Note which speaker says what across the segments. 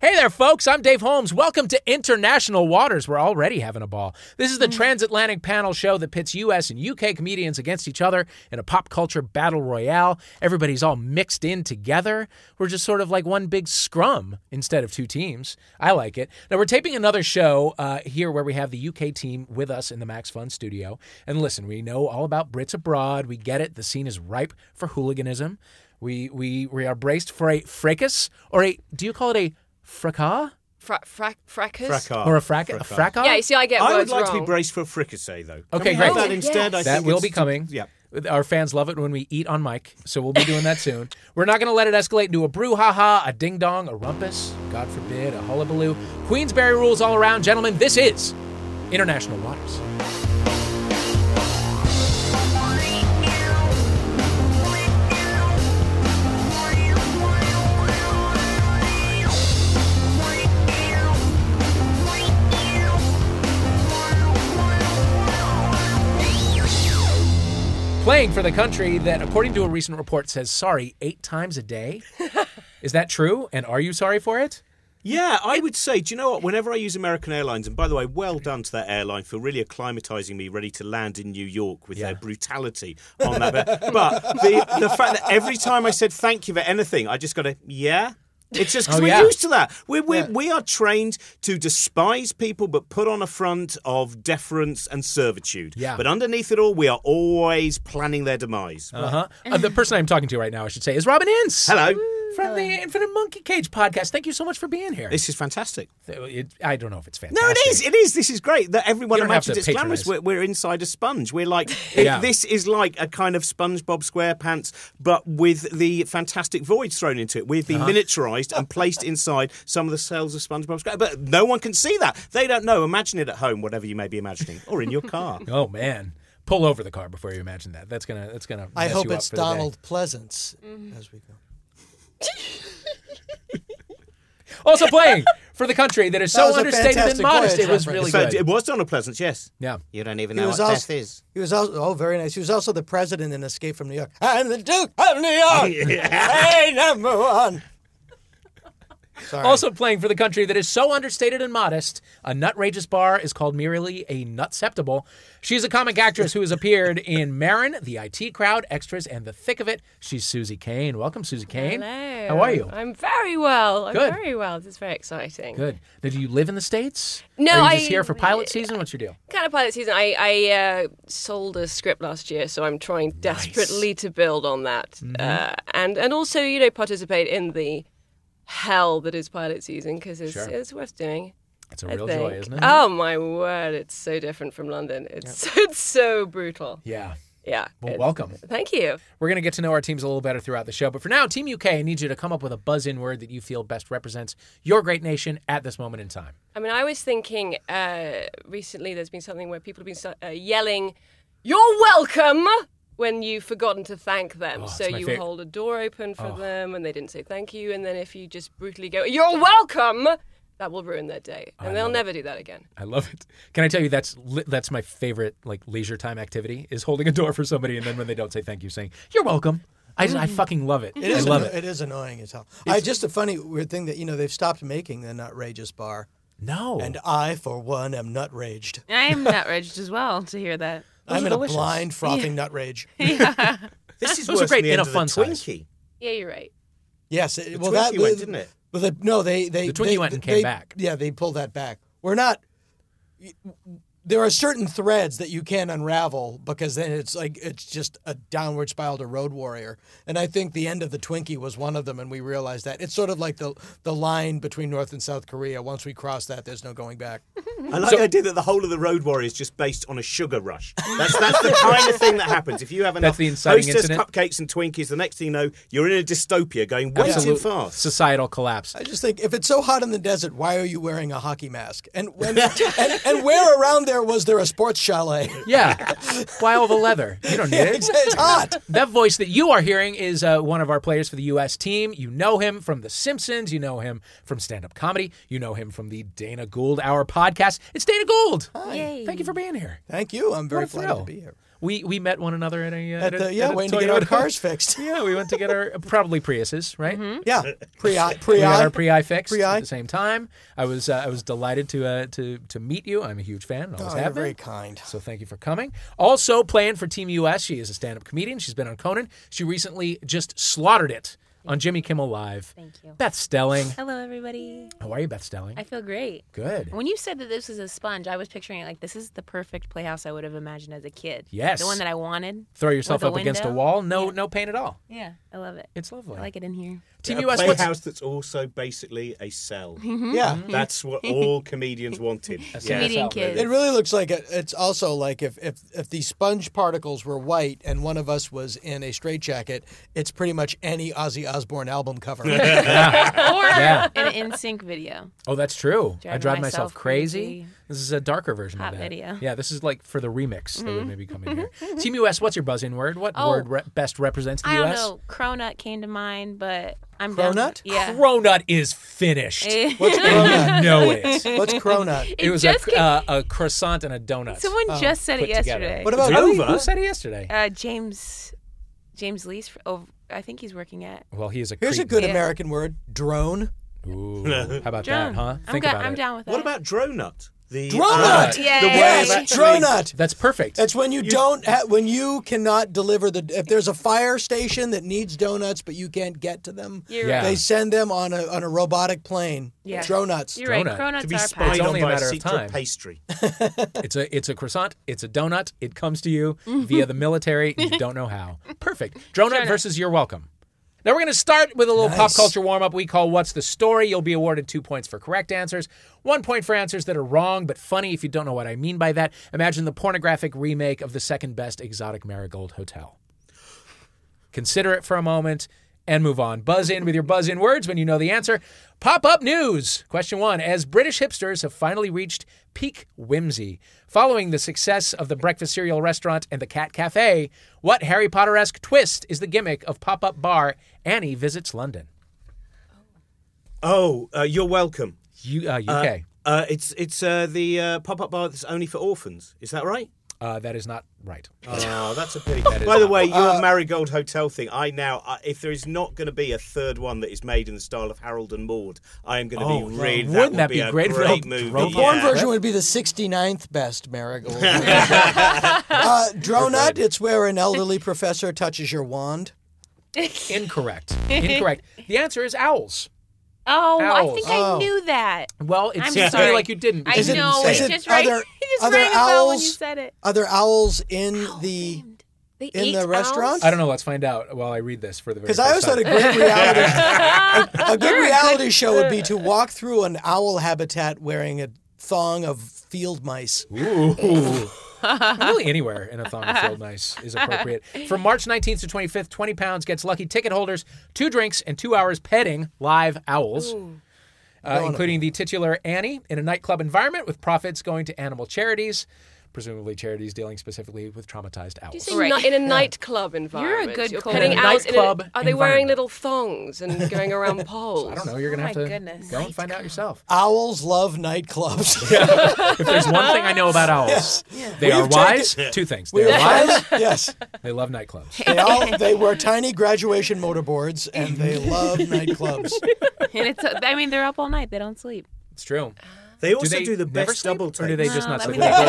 Speaker 1: there, folks. I'm Dave Holmes. Welcome to International Waters. We're already having a ball. This is the transatlantic panel show that pits U.S. and U.K. comedians against each other in a pop culture battle royale. Everybody's all mixed in together. We're just sort of like one big scrum instead of two teams. I like it. Now, we're taping another show uh, here where we have the U.K. team with us in the Max Fun studio. And listen, we know all about Brits abroad. We get it. The scene is ripe for hooliganism. We, we, we are braced for a fracas or a, do you call it a fracas?
Speaker 2: Fra- fra- fracas?
Speaker 3: Fracas.
Speaker 1: Or a frac- a
Speaker 3: Uh, Fracas.
Speaker 1: fracas?
Speaker 2: Yeah, you see, I get
Speaker 3: I would
Speaker 2: words
Speaker 3: like to
Speaker 2: wrong.
Speaker 3: be braced for a fricassee, though. Can
Speaker 1: Okay,
Speaker 3: we have
Speaker 1: great.
Speaker 3: That instead, I
Speaker 1: that
Speaker 3: think
Speaker 1: will
Speaker 3: it's-
Speaker 1: be coming.
Speaker 3: Yeah.
Speaker 1: Our fans love it when we eat on mic, so we'll be doing that soon. We're not going to let it escalate into a brouhaha, a ding dong, a rumpus, God forbid, a hullabaloo. Queensberry rules all around, gentlemen. This is International Waters. Playing for the country that, according to a recent report, says sorry eight times a day. is that true? And are you sorry for it?
Speaker 3: Yeah, I would say, do you know what? Whenever I use American Airlines, and by the way, well done to that airline for really acclimatizing me, ready to land in New York with their brutality on that. but but the, the fact that every time I said thank you for anything, I just got a yeah. It's just because
Speaker 1: Oh,
Speaker 3: we're
Speaker 1: yeah.
Speaker 3: used to that. We're, we're, We are trained to despise people, but put on a front of deference and servitude.
Speaker 1: Yeah.
Speaker 3: But underneath it all, we are always planning their demise.
Speaker 1: Uh-huh. Uh, the person I'm talking to right now, I should say, is Robin Ince.
Speaker 3: Hello.
Speaker 1: From the Infinite Monkey Cage podcast. Thank you so much for being here.
Speaker 3: This is fantastic.
Speaker 1: It- I don't know if it's fantastic.
Speaker 3: No, it is. It is. This is great. That everyone
Speaker 1: You don't have
Speaker 3: imagines
Speaker 1: to
Speaker 3: it's glamorous. We're,
Speaker 1: patronize.
Speaker 3: we're inside a sponge. We're like
Speaker 1: Yeah.
Speaker 3: this is like a kind of SpongeBob SquarePants, but with the fantastic voids thrown into it. We've been
Speaker 1: Uh-huh.
Speaker 3: miniaturized and placed inside some of the cells of SpongeBob SquarePants, but no one can see that. They don't know. Imagine it at home, whatever you may be imagining, or in your car.
Speaker 1: Oh man, pull over the car before you imagine that. That's gonna that's gonna.
Speaker 4: I
Speaker 1: mess
Speaker 4: hope
Speaker 1: you up
Speaker 4: it's
Speaker 1: for the day.
Speaker 4: Donald Pleasance as we go.
Speaker 1: Also playing for the country that is
Speaker 4: That
Speaker 1: so
Speaker 4: was a
Speaker 1: understated and
Speaker 4: fantastic
Speaker 1: modest. It
Speaker 4: voyage
Speaker 1: was
Speaker 4: reference.
Speaker 1: really
Speaker 3: so
Speaker 1: good.
Speaker 3: it was Donald Pleasance, yes.
Speaker 1: yeah.
Speaker 3: You don't even
Speaker 4: He
Speaker 3: know
Speaker 4: was
Speaker 3: what
Speaker 4: also,
Speaker 3: death is.
Speaker 4: he was also oh very nice. He was also the president in Escape from New York. I'm the Duke of New York. hey, number one. Sorry.
Speaker 1: Also playing for the country that is so understated and modest. A nutrageous bar is called merely a nutceptible. She's a comic actress who has appeared in Marin, The IT Crowd, Extras, and The Thick of It. She's Susie Kane. Welcome, Susie Kane.
Speaker 2: Hello.
Speaker 1: How are you?
Speaker 2: I'm very well. I'm
Speaker 1: Good.
Speaker 2: very well. This is very exciting.
Speaker 1: Good. Now, do you live in the states?
Speaker 2: No,
Speaker 1: Are you just
Speaker 2: I-
Speaker 1: here for pilot season? What's your deal?
Speaker 2: Kind of pilot season. I, I uh, sold a script last year, so I'm trying desperately to build on that,
Speaker 1: Mm-hmm.
Speaker 2: uh, and and also you know participate in the hell that is pilot season because it's, it's worth doing.
Speaker 1: It's a
Speaker 2: I
Speaker 1: real
Speaker 2: think.
Speaker 1: joy, isn't it?
Speaker 2: Oh my word! It's so different from London. It's it's so brutal.
Speaker 1: Yeah.
Speaker 2: Yeah.
Speaker 1: Well,
Speaker 2: it's-
Speaker 1: welcome.
Speaker 2: Thank you.
Speaker 1: We're going to get to know our teams a little better throughout the show. But for now, Team UK, I need you to come up with a buzz in word that you feel best represents your great nation at this moment in time.
Speaker 2: I mean, I was thinking uh, recently there's been something where people have been so- uh, yelling, You're welcome! when you've forgotten to thank them. so
Speaker 1: it's Oh, my
Speaker 2: you
Speaker 1: fav- Oh.
Speaker 2: hold a door open for them and they didn't say thank you. And then if you just brutally go, You're welcome! That will ruin their day. And they'll never do that again.
Speaker 1: I love it. Can I tell you that's li- that's my favorite like leisure time activity is holding a door for somebody and then when they don't say thank you, saying you're welcome. I just, I fucking love it.
Speaker 4: It is
Speaker 1: I love
Speaker 4: anno-
Speaker 1: it.
Speaker 4: It is annoying as hell. I just a funny weird thing that you know they've stopped making the nutrageous bar,
Speaker 1: No,
Speaker 4: and I for one am nut raged.
Speaker 5: I am nut raged as well to hear that.
Speaker 4: I'm in a blind frothing nut rage.
Speaker 3: This is
Speaker 1: Those are
Speaker 3: worse
Speaker 1: great
Speaker 3: than
Speaker 1: in
Speaker 3: the
Speaker 1: a
Speaker 3: end of the
Speaker 1: fun size.
Speaker 3: Twinkie.
Speaker 2: Yeah, you're right.
Speaker 4: Yes, it, well
Speaker 3: Twinkie
Speaker 4: that
Speaker 3: went,
Speaker 4: the-
Speaker 3: didn't it?
Speaker 4: But the, no, they they
Speaker 1: The Twinkie
Speaker 4: they-
Speaker 1: went and
Speaker 4: they-
Speaker 1: came back.
Speaker 4: Yeah, they pulled that back. We're not. There are certain threads that you can unravel because then it's like it's just a downward spiral to Road Warrior, and I think the end of the Twinkie was one of them, and we realized that it's sort of like the the line between North and South Korea. Once we cross that, there's no going back.
Speaker 3: I like the idea that the whole of the Road Warrior is just based on a sugar rush. That's that's the kind of thing that happens. If you have enough
Speaker 1: the inciting
Speaker 3: Hostess
Speaker 1: incident.
Speaker 3: cupcakes and Twinkies, the next thing you know, you're in a dystopia going way
Speaker 1: Absolute
Speaker 3: too fast.
Speaker 1: societal collapse.
Speaker 4: I just think if it's so hot in the desert, why are you wearing a hockey mask? And and, and, and where around there was there a sports chalet?
Speaker 1: Yeah, why all the leather? You don't need it.
Speaker 4: It's, it's hot.
Speaker 1: That voice that you are hearing is uh, one of our players for the U.S. team. You know him from The Simpsons. You know him from stand up comedy. You know him from the Dana Gould Hour podcast. It's Dana Gould. Thank you for being here.
Speaker 4: Thank you. I'm very
Speaker 1: What a
Speaker 4: flattered to
Speaker 1: thrill.
Speaker 4: be here.
Speaker 1: We we met one another at a uh,
Speaker 4: At
Speaker 1: a-
Speaker 4: the, yeah,
Speaker 1: a
Speaker 4: waiting to get our
Speaker 1: Toyota.
Speaker 4: cars fixed. Mm-hmm.
Speaker 1: Yeah, we went to get our probably Priuses, right?
Speaker 4: Yeah, pre
Speaker 1: We
Speaker 4: pre
Speaker 1: got our pre-eye fixed
Speaker 4: Pre-eye.
Speaker 1: at the same time. I was uh, I was delighted to uh, to to meet you. I'm a huge fan. and Always have
Speaker 4: Oh, you're
Speaker 1: been.
Speaker 4: very kind.
Speaker 1: So thank you for coming. Also playing for Team US, she is a stand-up comedian. She's been on Conan. She recently just slaughtered it on Jimmy Kimmel Live. Thank
Speaker 5: you.
Speaker 1: Beth Stelling.
Speaker 5: Hello, everybody.
Speaker 1: How are you, Beth Stelling?
Speaker 5: I feel great.
Speaker 1: Good.
Speaker 5: When you said that this was a sponge, I was picturing it like this is the perfect playhouse I would have imagined as a kid.
Speaker 1: Yes.
Speaker 5: The one that I wanted.
Speaker 1: Throw yourself
Speaker 5: With
Speaker 1: up
Speaker 5: a
Speaker 1: against a
Speaker 5: window?
Speaker 1: wall. No, no pain at all.
Speaker 5: Yeah, I love it.
Speaker 1: It's lovely.
Speaker 5: I like it in here.
Speaker 1: Team
Speaker 3: a
Speaker 1: US. What's,
Speaker 3: playhouse that's also basically a cell.
Speaker 4: Yeah.
Speaker 3: That's what all comedians wanted.
Speaker 1: Yeah,
Speaker 5: Comedian
Speaker 1: it's
Speaker 5: kids.
Speaker 4: It really looks like it, it's also like if, if if the sponge particles were white and one of us was in a straitjacket, it's pretty much any Ozzy Osbourne album cover.
Speaker 5: or
Speaker 1: Yeah.
Speaker 5: an in sync video.
Speaker 1: oh, that's true. I
Speaker 5: Driving
Speaker 1: drive myself
Speaker 5: myself
Speaker 1: crazy.
Speaker 5: crazy.
Speaker 1: This is a darker version
Speaker 5: Hot
Speaker 1: of that.
Speaker 5: video. Mm-hmm.
Speaker 1: Yeah, this is like for the remix that would maybe come in here. Team US. What's your buzzing word? What
Speaker 5: Oh.
Speaker 1: word re- best represents the
Speaker 5: I don't
Speaker 1: US?
Speaker 5: know. Cronut came to mind, but I'm down-
Speaker 4: Cronut?
Speaker 5: Yeah.
Speaker 1: Cronut is finished.
Speaker 5: Eh.
Speaker 4: What's
Speaker 1: and you
Speaker 4: cronut?
Speaker 1: know it.
Speaker 4: What's cronut?
Speaker 1: It, was a,
Speaker 5: just came-
Speaker 1: uh, a croissant and a donut.
Speaker 5: someone just said it
Speaker 1: Oh, put together.
Speaker 5: yesterday.
Speaker 4: What about
Speaker 3: Really?
Speaker 1: Who said it yesterday?
Speaker 5: uh, James James Lee's over, I think he's working at
Speaker 1: Well, he is a
Speaker 4: Here's a
Speaker 1: cretin.
Speaker 4: good American word: drone.
Speaker 1: Ooh, how about that,
Speaker 5: Drone.
Speaker 1: huh?
Speaker 5: I'm,
Speaker 1: Think
Speaker 5: go-
Speaker 1: about
Speaker 5: I'm
Speaker 1: it.
Speaker 5: down with that.
Speaker 3: What about Dronut? The uh,
Speaker 4: Dronut!
Speaker 3: The way
Speaker 5: Yay. Yes,
Speaker 3: of
Speaker 4: Yes,
Speaker 3: actually-
Speaker 4: dronut.
Speaker 1: That's perfect.
Speaker 4: That's when you, don't ha- when you cannot deliver the if there's a fire station that needs donuts but you can't get to them.
Speaker 5: You're
Speaker 1: Yeah.
Speaker 5: right.
Speaker 4: They send them on a on a robotic plane.
Speaker 5: Yeah.
Speaker 4: Dronuts.
Speaker 5: You're right.
Speaker 1: Donut.
Speaker 5: Cronuts
Speaker 3: To be
Speaker 5: are
Speaker 3: spied
Speaker 1: It's
Speaker 5: packed.
Speaker 3: on
Speaker 1: only a
Speaker 3: by a
Speaker 1: matter of time.
Speaker 3: secret pastry.
Speaker 1: it's a it's a croissant. It's a donut. It comes to you
Speaker 5: Mm-hmm.
Speaker 1: via the military. and You don't know how. Perfect.
Speaker 5: uh,
Speaker 1: Dronut versus you're welcome. Now we're going to start with a little pop
Speaker 4: Nice.
Speaker 1: culture warm up we call What's the Story? You'll be awarded two points for correct answers, one point for answers that are wrong but funny if you don't know what I mean by that. Imagine the pornographic remake of the second best exotic marigold hotel. Consider it for a moment and move on. Buzz in with your buzz in words when you know the answer. Pop up news. Question one As British hipsters have finally reached peak whimsy, following the success of the breakfast cereal restaurant and the cat cafe, what Harry Potter esque twist is the gimmick of pop up bar Annie Visits London?
Speaker 3: Oh, uh, you're welcome.
Speaker 1: U- uh, UK.
Speaker 3: Uh, it's it's uh, the uh, pop up bar that's only for orphans. Is that right?
Speaker 1: Uh, that is not right.
Speaker 3: Oh, that's a pity. By the way, your Marigold Hotel thing. I now, I if there is not going to be a third one that is made in the style of Harold and Maud, I am going to be
Speaker 1: yeah.
Speaker 3: really.
Speaker 1: Oh, Wouldn't
Speaker 3: would
Speaker 1: that be
Speaker 3: a
Speaker 1: great
Speaker 3: great,
Speaker 1: if they
Speaker 3: movie?
Speaker 1: drove
Speaker 4: The
Speaker 1: Yeah.
Speaker 4: porn version would be the 69th best marigold. uh, dronut, it's where an elderly professor touches your wand.
Speaker 1: Incorrect. Incorrect. The answer is owls.
Speaker 5: Oh,
Speaker 1: Owls.
Speaker 5: I think
Speaker 4: Oh.
Speaker 5: I knew that.
Speaker 1: Well, it
Speaker 5: I'm
Speaker 1: seems to me
Speaker 5: sorry.
Speaker 1: like you didn't.
Speaker 5: I
Speaker 1: because you
Speaker 5: know.
Speaker 1: didn't
Speaker 5: It
Speaker 1: say
Speaker 4: is it-
Speaker 5: just rang,
Speaker 4: are there-
Speaker 5: it just
Speaker 4: are there
Speaker 5: rang a bell when you
Speaker 4: owls?
Speaker 5: said it.
Speaker 4: Are there owls in
Speaker 5: Oh,
Speaker 4: the.
Speaker 5: They
Speaker 4: in
Speaker 5: eat
Speaker 4: the restaurant?
Speaker 1: I don't know. Let's find out while I read this for the very
Speaker 4: Because I always
Speaker 1: first
Speaker 4: thought a
Speaker 1: time.
Speaker 4: great reality, a, a good reality show would be to walk through an owl habitat wearing a thong of field mice.
Speaker 1: Ooh. really anywhere in a thong of field nice is appropriate. From March 19th to 25th, 20 pounds gets lucky ticket holders two drinks and two hours petting live owls. Uh, including the titular Annie in a nightclub environment with profits going to animal charities, presumably charities dealing specifically with traumatized
Speaker 2: You
Speaker 1: owls.
Speaker 2: say
Speaker 5: Right.
Speaker 2: ni- in a nightclub environment.
Speaker 5: good
Speaker 2: You're
Speaker 5: call.
Speaker 2: cutting
Speaker 1: In a
Speaker 2: out in a-
Speaker 1: nightclub
Speaker 2: Are they
Speaker 1: environment.
Speaker 2: wearing little thongs and going around poles?
Speaker 1: I don't know. You're going to
Speaker 5: Oh
Speaker 1: have
Speaker 5: my
Speaker 1: to
Speaker 5: goodness.
Speaker 1: go and find out yourself.
Speaker 4: Owls love nightclubs.
Speaker 1: If there's one thing I know about owls, they
Speaker 4: We've
Speaker 1: are wise.
Speaker 4: taken-
Speaker 1: Two things.
Speaker 4: We
Speaker 1: They are
Speaker 4: are
Speaker 1: wise.
Speaker 4: friends- Yes.
Speaker 1: They love nightclubs.
Speaker 4: They, all, they wear tiny graduation motorboards and they love nightclubs.
Speaker 5: and it's. I mean, they're up all night. They don't sleep.
Speaker 1: It's true.
Speaker 3: They also do,
Speaker 1: they
Speaker 3: the
Speaker 1: never
Speaker 3: best
Speaker 1: sleep,
Speaker 3: double
Speaker 1: or
Speaker 3: takes.
Speaker 1: do they just not
Speaker 5: Um, I
Speaker 1: sleep?
Speaker 5: mean, they're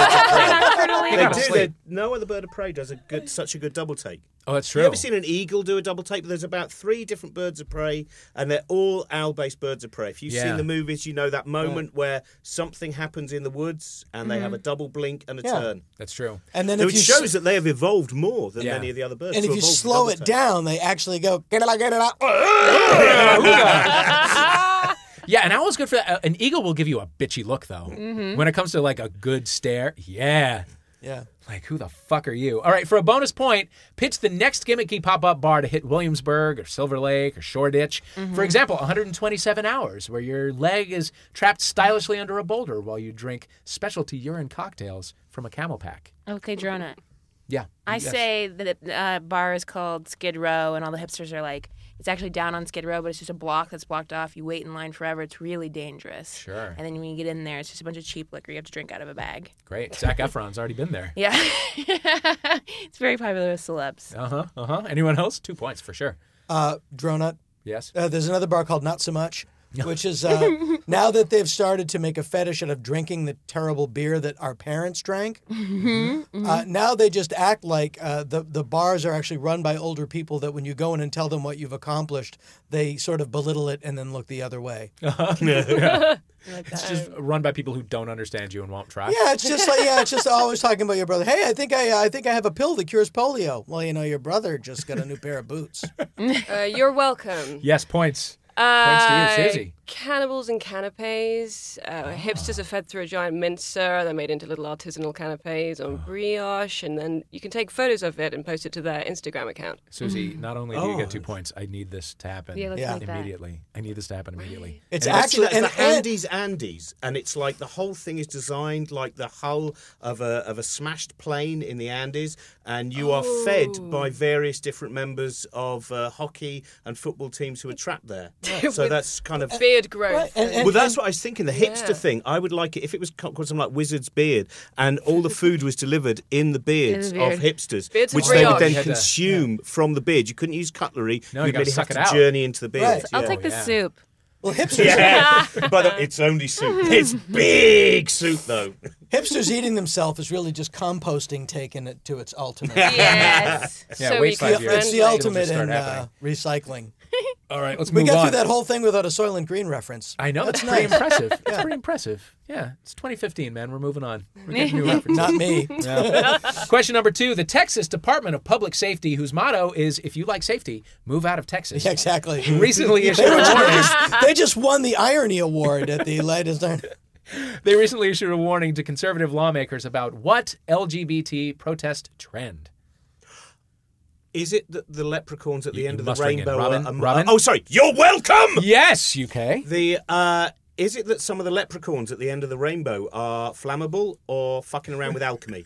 Speaker 5: nocturnally
Speaker 1: They
Speaker 3: They
Speaker 1: gotta
Speaker 3: do.
Speaker 1: sleep.
Speaker 3: They, no other bird of prey does a good, such a good double take.
Speaker 1: Oh, that's true.
Speaker 3: You ever seen an eagle do a double take? But there's about three different birds of prey, and they're all owl-based birds of prey. If you've
Speaker 1: Yeah.
Speaker 3: seen the movies, you know that moment where something happens in the woods, and they have a double blink and a
Speaker 4: Yeah.
Speaker 3: turn.
Speaker 1: That's true.
Speaker 4: And then if
Speaker 3: Which
Speaker 4: you
Speaker 3: shows that they have evolved more than
Speaker 1: Yeah.
Speaker 3: many of the other birds.
Speaker 4: And
Speaker 3: to
Speaker 4: if you
Speaker 3: evolve the
Speaker 4: slow
Speaker 3: double
Speaker 4: it
Speaker 3: take.
Speaker 4: down, they actually go, get it out, get it out.
Speaker 1: Yeah, an owl's good for that. Uh, An eagle will give you a bitchy look though.
Speaker 3: Mm-hmm.
Speaker 1: When it comes to like a good stare, yeah.
Speaker 4: Yeah.
Speaker 1: Like who the fuck are you? All right, for a bonus point, pitch the next gimmicky pop-up bar to hit Williamsburg or Silver Lake or Shoreditch.
Speaker 3: Mm-hmm.
Speaker 1: For example, 127 hours, where your leg is trapped stylishly under a boulder while you drink specialty urine cocktails from a camel pack.
Speaker 5: Okay, Dronut.
Speaker 1: Yeah,
Speaker 5: I
Speaker 1: yes.
Speaker 5: say that uh, bar is called Skid Row, and all the hipsters are like, It's actually down on Skid Row, but it's just a block that's blocked off. You wait in line forever. It's really dangerous.
Speaker 1: Sure.
Speaker 5: And then when you get in there, it's just a bunch of cheap liquor you have to drink out of a bag.
Speaker 1: Great. Zach Efron's already been there.
Speaker 5: Yeah. it's very popular with celebs.
Speaker 1: Uh huh. Uh huh. Anyone else? Two points for sure.
Speaker 4: Uh, Dronut.
Speaker 1: Yes.
Speaker 4: Uh, there's another bar called Not So Much, which is uh, now that they've started to make a fetish out of drinking the terrible beer that our parents drank. Uh, now they just act like uh, the the bars are actually run by older people. That when you go in and tell them what you've accomplished, they sort of belittle it and then look the other way.
Speaker 1: It's just run by people who don't understand you and won't try.
Speaker 4: Yeah, it's just like yeah, it's just always talking about your brother. Hey, I think I I think I have a pill that cures polio. Well, you know, your brother just got a new pair of boots.
Speaker 2: Uh, you're welcome.
Speaker 1: Yes, points. Points to you,
Speaker 2: Uh,
Speaker 1: Susie.
Speaker 2: Cannibals and canapes. Uh, Hipsters are fed through a giant mincer. They're made into little artisanal canapes on brioche, and then you can take photos of it and post it to their Instagram account.
Speaker 1: Susie, not only do you get two points, I need this to happen
Speaker 5: mm-hmm. Yeah, let's
Speaker 4: Oh. Yeah.
Speaker 5: make that.
Speaker 1: immediately. I need this to happen immediately.
Speaker 4: It's
Speaker 1: And
Speaker 3: Actually,
Speaker 4: actually
Speaker 3: that's
Speaker 4: an
Speaker 3: the Andes Andes, and it's like the whole thing is designed like the hull of a of a smashed plane in the Andes, and you are fed
Speaker 4: Oh.
Speaker 3: by various different members of uh, hockey and football teams who are trapped there. so that's kind
Speaker 4: uh,
Speaker 3: of.
Speaker 2: Beard growth.
Speaker 4: and- and-
Speaker 3: well, that's what I was thinking. The hipster
Speaker 2: Yeah.
Speaker 3: thing. I would like it if it was called something like Wizard's Beard, and all the food was delivered in the beards
Speaker 5: beard.
Speaker 3: of hipsters,
Speaker 2: Beards of
Speaker 3: which they would
Speaker 2: brioche.
Speaker 3: then
Speaker 1: You had to-
Speaker 3: consume from the beard. You couldn't use cutlery.
Speaker 1: No, you
Speaker 3: You'd
Speaker 1: gotta
Speaker 3: really
Speaker 1: suck
Speaker 3: have
Speaker 1: it
Speaker 3: to
Speaker 1: out.
Speaker 3: journey into the beards.
Speaker 5: I'll
Speaker 3: yeah.
Speaker 5: take the
Speaker 1: yeah.
Speaker 5: soup.
Speaker 4: well, hipsters
Speaker 3: Yeah, but uh, it's only soup. It's big soup, though.
Speaker 4: Hipsters eating themselves is really just composting taken it to its ultimate.
Speaker 5: Yes.
Speaker 1: Yeah,
Speaker 2: so
Speaker 1: wait five years.
Speaker 2: eco-friendly.
Speaker 4: It's the
Speaker 1: It'll just
Speaker 4: ultimate
Speaker 1: start
Speaker 4: in uh,
Speaker 1: happening.
Speaker 4: recycling.
Speaker 1: All right, let's
Speaker 4: We
Speaker 1: move
Speaker 4: got
Speaker 1: on.
Speaker 4: through that whole thing without a Soylent Green reference.
Speaker 1: I know that's pretty impressive. It's pretty impressive. Yeah, it's 2015, man. We're moving on. We're getting new references.
Speaker 4: Not me.
Speaker 1: Question number two: The Texas Department of Public Safety, whose motto is "If you like safety, move out of Texas,"
Speaker 4: Yeah, exactly.
Speaker 1: recently issued
Speaker 4: They, were
Speaker 1: a
Speaker 4: just, they,
Speaker 1: warning.
Speaker 4: just, they just won the Irony Award at the latest.
Speaker 1: They recently issued a warning to conservative lawmakers about what LGBT protest trend.
Speaker 3: Is it that the leprechauns at the end of the
Speaker 1: must ring in.
Speaker 3: rainbow?
Speaker 1: Robin?
Speaker 3: are, um,
Speaker 1: Robin?
Speaker 3: oh, sorry. You're welcome.
Speaker 1: Yes, UK.
Speaker 3: The uh, is it that some of the leprechauns at the end of the rainbow are flammable or fucking around with alchemy?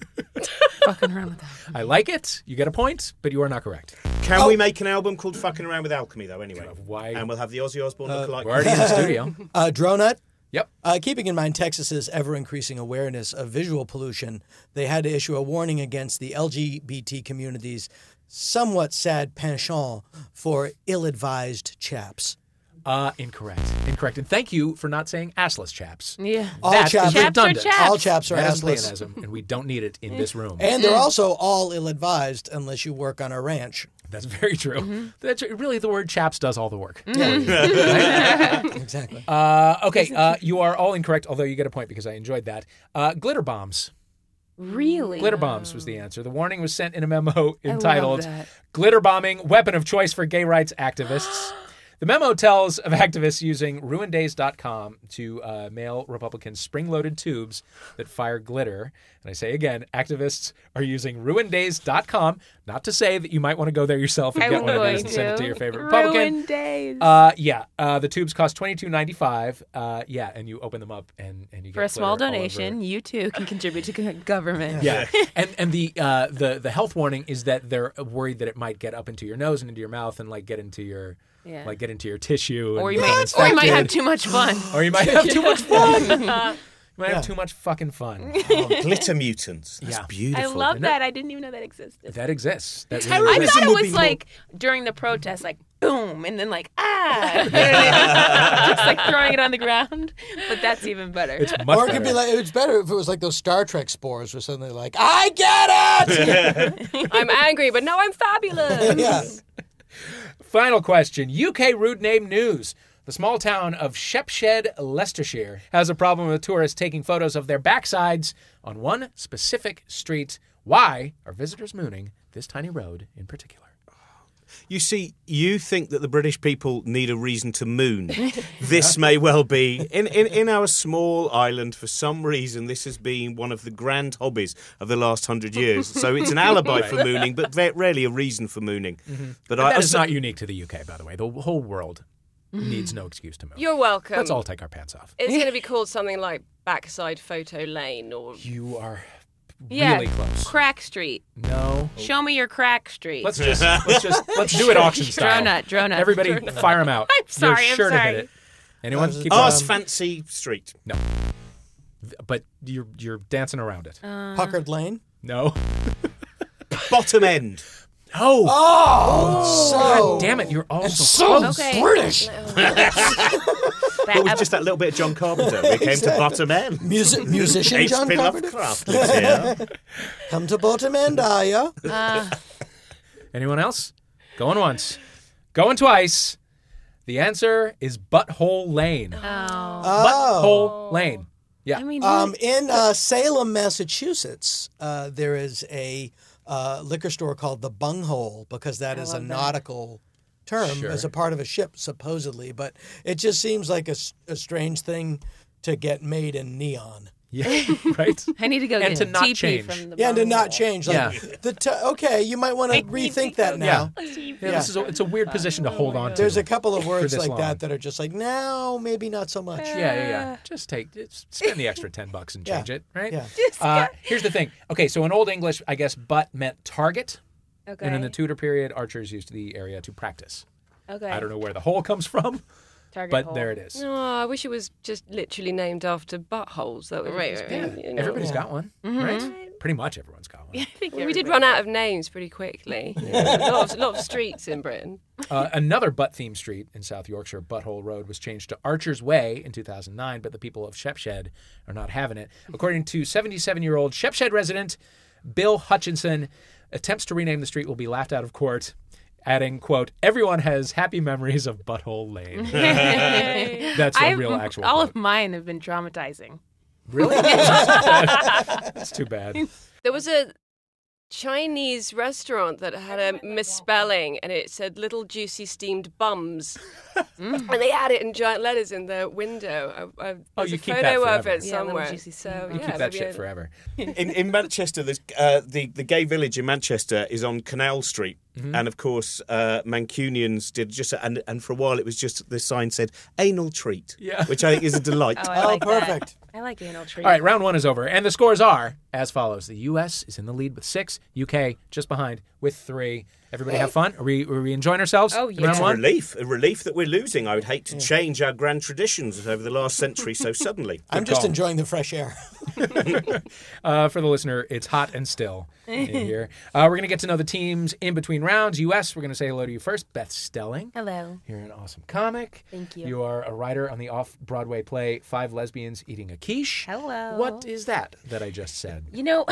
Speaker 5: Fucking around with that.
Speaker 1: I like it. You get a point, but you are not correct.
Speaker 3: Can
Speaker 5: Oh.
Speaker 3: we make an album called "Fucking Around with Alchemy" though? Anyway,
Speaker 1: why-
Speaker 3: And we'll have the Ozzy Osbourne lookalike.
Speaker 1: We're already in the studio.
Speaker 4: Uh, Dronut.
Speaker 1: Yep.
Speaker 4: Uh, keeping in mind Texas's ever increasing awareness of visual pollution, they had to issue a warning against the LGBT community's somewhat sad penchant for ill advised chaps.
Speaker 1: Uh, incorrect. Incorrect. And thank you for not saying assless chaps.
Speaker 5: Yeah.
Speaker 4: All
Speaker 1: That is
Speaker 4: chaps,
Speaker 5: Chaps are
Speaker 1: redundant.
Speaker 5: chaps.
Speaker 4: all chaps are
Speaker 1: That is
Speaker 4: assless.
Speaker 1: pleonasm, and we don't need it in this room.
Speaker 4: And they're also all ill advised unless you work on a ranch.
Speaker 1: That's very true. That's really the word chaps does all the work.
Speaker 4: Mm-hmm. Exactly.
Speaker 1: Uh, okay, uh, you are all incorrect, although you get a point because I enjoyed that. Uh, glitter bombs.
Speaker 5: Really?
Speaker 1: Glitter bombs was the answer. The warning was sent in a memo
Speaker 5: love
Speaker 1: entitled
Speaker 5: that.
Speaker 1: Glitter Bombing Weapon of Choice for Gay Rights Activists. the memo tells of activists using ruindays.com to uh, mail Republicans spring loaded tubes that fire glitter. And I say again, activists are using ruindays.com, not to say that you might want to go there yourself and
Speaker 5: I'm
Speaker 1: get one of
Speaker 5: going
Speaker 1: these and send it to your favorite Republican.
Speaker 5: Ruin days.
Speaker 1: Uh, yeah. Uh, the tubes cost twenty two ninety five. Uh, yeah, and you open them up and and you get
Speaker 5: For a small
Speaker 1: glitter all over.
Speaker 5: donation, you too can contribute to go- government.
Speaker 1: Yeah, and and the uh, the the health warning is that they're worried that it might get up into your nose and into your mouth and like get into your
Speaker 5: Yeah.
Speaker 1: like get into your tissue.
Speaker 5: Or
Speaker 1: and
Speaker 5: you
Speaker 1: become
Speaker 5: might, or you might have
Speaker 1: infected.
Speaker 5: too much fun.
Speaker 1: or you might have too much fun. you might have too much fucking fun.
Speaker 3: Oh, glitter mutants. That's
Speaker 1: Yeah.
Speaker 5: I
Speaker 3: beautiful.
Speaker 5: love that. I didn't even know that existed.
Speaker 1: That exists. That really
Speaker 5: I
Speaker 1: exists.
Speaker 5: thought it
Speaker 3: would be
Speaker 5: was
Speaker 3: more-
Speaker 5: like during the protest, like boom, and then like ah, You know what I mean? just like throwing it on the ground. But that's even better.
Speaker 1: It's much
Speaker 4: or it could be
Speaker 1: better.
Speaker 4: like it's better if it was like those Star Trek spores were suddenly like, I get it.
Speaker 2: I'm angry, but now I'm fabulous.
Speaker 4: yeah.
Speaker 1: Final question UK Rude Name News. The small town of Shepshed, Leicestershire, has a problem with tourists taking photos of their backsides on one specific street. Why are visitors mooning this tiny road in particular?
Speaker 3: You see, you think that the British people need a reason to moon. this may well be in, in in our small island. For some reason, this has been one of the grand hobbies of the last hundred years. So it's an alibi for mooning, but ve- rarely a reason for mooning. But I,
Speaker 1: That
Speaker 3: I
Speaker 1: is
Speaker 3: su-
Speaker 1: not unique to the UK, by the way. The whole world needs no excuse to moon.
Speaker 2: You're welcome.
Speaker 1: Let's all take our pants off.
Speaker 2: It's going to be called something like Backside Photo Lane or
Speaker 1: You are
Speaker 5: yeah,
Speaker 1: really close.
Speaker 5: Crack Street.
Speaker 1: no.
Speaker 5: Show me your crack street.
Speaker 1: Let's just let's just let's do it auction style.
Speaker 5: Dronut, dronut,
Speaker 1: Everybody,
Speaker 5: dronut.
Speaker 1: fire them out.
Speaker 5: I'm sorry,
Speaker 1: You're
Speaker 5: I'm
Speaker 1: sure to
Speaker 5: sorry.
Speaker 1: hit it. Anyone? Keep
Speaker 3: Ars
Speaker 1: going.
Speaker 3: Fancy Street.
Speaker 1: but you're you're dancing around it.
Speaker 5: Uh.
Speaker 4: Puckered Lane.
Speaker 1: no.
Speaker 3: Bottom end.
Speaker 1: No.
Speaker 4: So
Speaker 1: God damn it! You're all so
Speaker 4: so
Speaker 1: close.
Speaker 5: Okay.
Speaker 4: British.
Speaker 5: That-
Speaker 3: It was just that little bit of John Carpenter. We came to bottom end.
Speaker 4: Music, musician John
Speaker 3: H.P.
Speaker 4: Carpenter.
Speaker 3: Lovecraft lives here.
Speaker 4: Come to bottom end, are ya?
Speaker 1: Anyone else? Going once. Going twice. The answer is Butthole Lane.
Speaker 5: oh.
Speaker 4: Oh.
Speaker 1: Butthole Lane. Yeah.
Speaker 5: I mean,
Speaker 4: Um, in uh, Salem, Massachusetts, uh, there is a uh, liquor store called the Bunghole because that is a nautical term
Speaker 1: Sure.
Speaker 4: as a part of a ship, supposedly. But it just seems like a, s- a strange thing to get made in neon.
Speaker 1: yeah. right.
Speaker 5: I need to go
Speaker 1: and
Speaker 5: get
Speaker 1: to
Speaker 5: a
Speaker 1: not
Speaker 5: TP
Speaker 1: change.
Speaker 5: from the
Speaker 4: Yeah, and to
Speaker 5: bungalow.
Speaker 4: not change. Like,
Speaker 1: Yeah.
Speaker 4: The t- okay, you might want to rethink that now.
Speaker 1: Yeah, This is a, it's a weird position to hold on to.
Speaker 4: Oh There's a couple of words
Speaker 1: this
Speaker 4: like
Speaker 1: long.
Speaker 4: that that are just like, no, maybe not so much.
Speaker 1: Yeah, yeah, yeah. Just take, just spend the extra ten bucks and change
Speaker 4: Yeah.
Speaker 1: it, right?
Speaker 4: Yeah.
Speaker 1: Uh, here's the thing. Okay, so in Old English, I guess "butt" meant target,
Speaker 5: Okay.
Speaker 1: and in the Tudor period, archers used the area to practice.
Speaker 5: okay.
Speaker 1: I don't know where the hole comes from,
Speaker 5: Target
Speaker 1: but
Speaker 5: hole. Mm-hmm.
Speaker 1: there it is.
Speaker 2: No, Oh, I wish it was just literally named after buttholes. That would
Speaker 5: Right,
Speaker 2: just
Speaker 5: right,
Speaker 2: been,
Speaker 5: right.
Speaker 2: you know.
Speaker 1: Everybody's got one,
Speaker 5: Mm-hmm.
Speaker 1: right? Pretty much everyone's got one.
Speaker 5: I think
Speaker 2: Well, we
Speaker 5: everybody-
Speaker 2: did run out of names pretty quickly. You know, a, lot of, lot of streets in Britain.
Speaker 1: Uh, another butt themed street in South Yorkshire, Butthole Road, was changed to Archer's Way in 2009, but the people of Shepshed are not having it. According to 77 year old Shepshed resident Bill Hutchinson, attempts to rename the street will be laughed out of court, adding, quote, everyone has happy memories of Butthole Lane. That's a
Speaker 5: I've-
Speaker 1: real actual.
Speaker 5: All
Speaker 1: quote.
Speaker 5: of mine have been traumatizing.
Speaker 1: Really? That's too bad.
Speaker 2: There was a Chinese restaurant that had a misspelling and it said little juicy steamed bums. And they had it in giant letters in their window. I, I, there's
Speaker 1: Mm. Oh, you
Speaker 2: a
Speaker 1: keep that
Speaker 2: photo of
Speaker 1: forever.
Speaker 2: it
Speaker 5: Yeah, little
Speaker 2: somewhere.
Speaker 5: juicy
Speaker 2: so,
Speaker 5: steamed
Speaker 2: yeah,
Speaker 5: bums.
Speaker 1: Keep that
Speaker 2: maybe
Speaker 1: shit
Speaker 2: I-
Speaker 1: forever.
Speaker 3: in, in Manchester, there's, uh, the the gay village in Manchester is on Canal Street,
Speaker 1: Mm-hmm.
Speaker 3: and of course, uh, Mancunians did just and and for a while it was just the sign said anal treat,
Speaker 1: Yeah.
Speaker 3: which I think is a delight.
Speaker 5: Oh, I
Speaker 4: Oh,
Speaker 5: like that.
Speaker 4: perfect.
Speaker 5: I like anal treat.
Speaker 1: All right, round one is over, and the scores are as follows: the U.S. is in the lead with six, U.K. just behind with three. Everybody have fun? Are we, are we enjoying ourselves?
Speaker 5: Oh,
Speaker 1: in
Speaker 5: yeah.
Speaker 1: Round
Speaker 3: It's a
Speaker 1: one.
Speaker 3: relief, a relief that we're losing. I would hate to change our grand traditions over the last century so suddenly.
Speaker 4: I'm just
Speaker 1: call.
Speaker 4: enjoying the fresh air.
Speaker 1: Uh, for the listener, it's hot and still in here. Uh, we're gonna get to know the teams in between rounds. U.S. We're gonna say hello to you first, Beth Stelling.
Speaker 5: Hello.
Speaker 1: You're an awesome comic.
Speaker 5: Thank you.
Speaker 1: You are a writer on the off-Broadway play Five Lesbians Eating a Quiche.
Speaker 5: Hello.
Speaker 1: What is that that I just said?
Speaker 5: You know,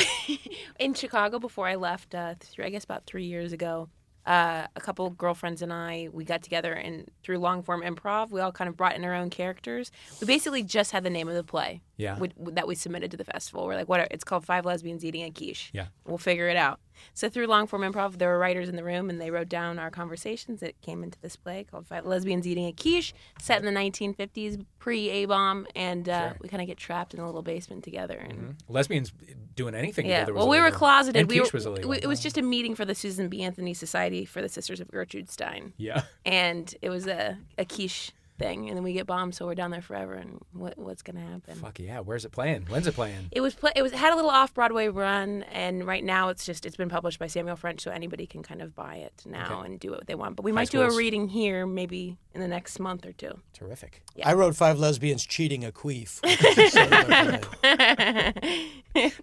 Speaker 5: in Chicago before I left, uh, th- I guess about three years ago, uh, a couple girlfriends and I we got together and through long form improv, we all kind of brought in our own characters. We basically just had the name of the play,
Speaker 1: Yeah.
Speaker 5: wh- wh- that we submitted to the festival. We're like, what? Are, it's called Five Lesbians Eating a Quiche.
Speaker 1: Yeah.
Speaker 5: we'll figure it out. So through long form improv, there were writers in the room and they wrote down our conversations that came into this play called Five Lesbians Eating a Quiche, set in the 1950s, pre A bomb, and uh, we kind of get trapped in a little basement together and.
Speaker 1: Mm-hmm. Lesbians doing anything
Speaker 5: Yeah.
Speaker 1: together was
Speaker 5: Well, we were
Speaker 1: illegal.
Speaker 5: closeted.
Speaker 1: And
Speaker 5: we
Speaker 1: quiche
Speaker 5: were,
Speaker 1: was illegal.
Speaker 5: we- it was just a meeting for the Susan B. Anthony Society for the Sisters of Gertrude Stein,
Speaker 1: yeah.
Speaker 5: and it was a, a quiche thing. And then we get bombed, so we're down there forever. And what, what's gonna happen?
Speaker 1: Fuck yeah. Where's it playing? When's it playing?
Speaker 5: It was pla it was had a little off Broadway run, and right now it's just it's been published by Samuel French, so anybody can kind of buy it now and do what they want. But we might do
Speaker 1: schools.
Speaker 5: a reading here, maybe in the next month or two.
Speaker 1: Terrific.
Speaker 4: I wrote five lesbians cheating a queef.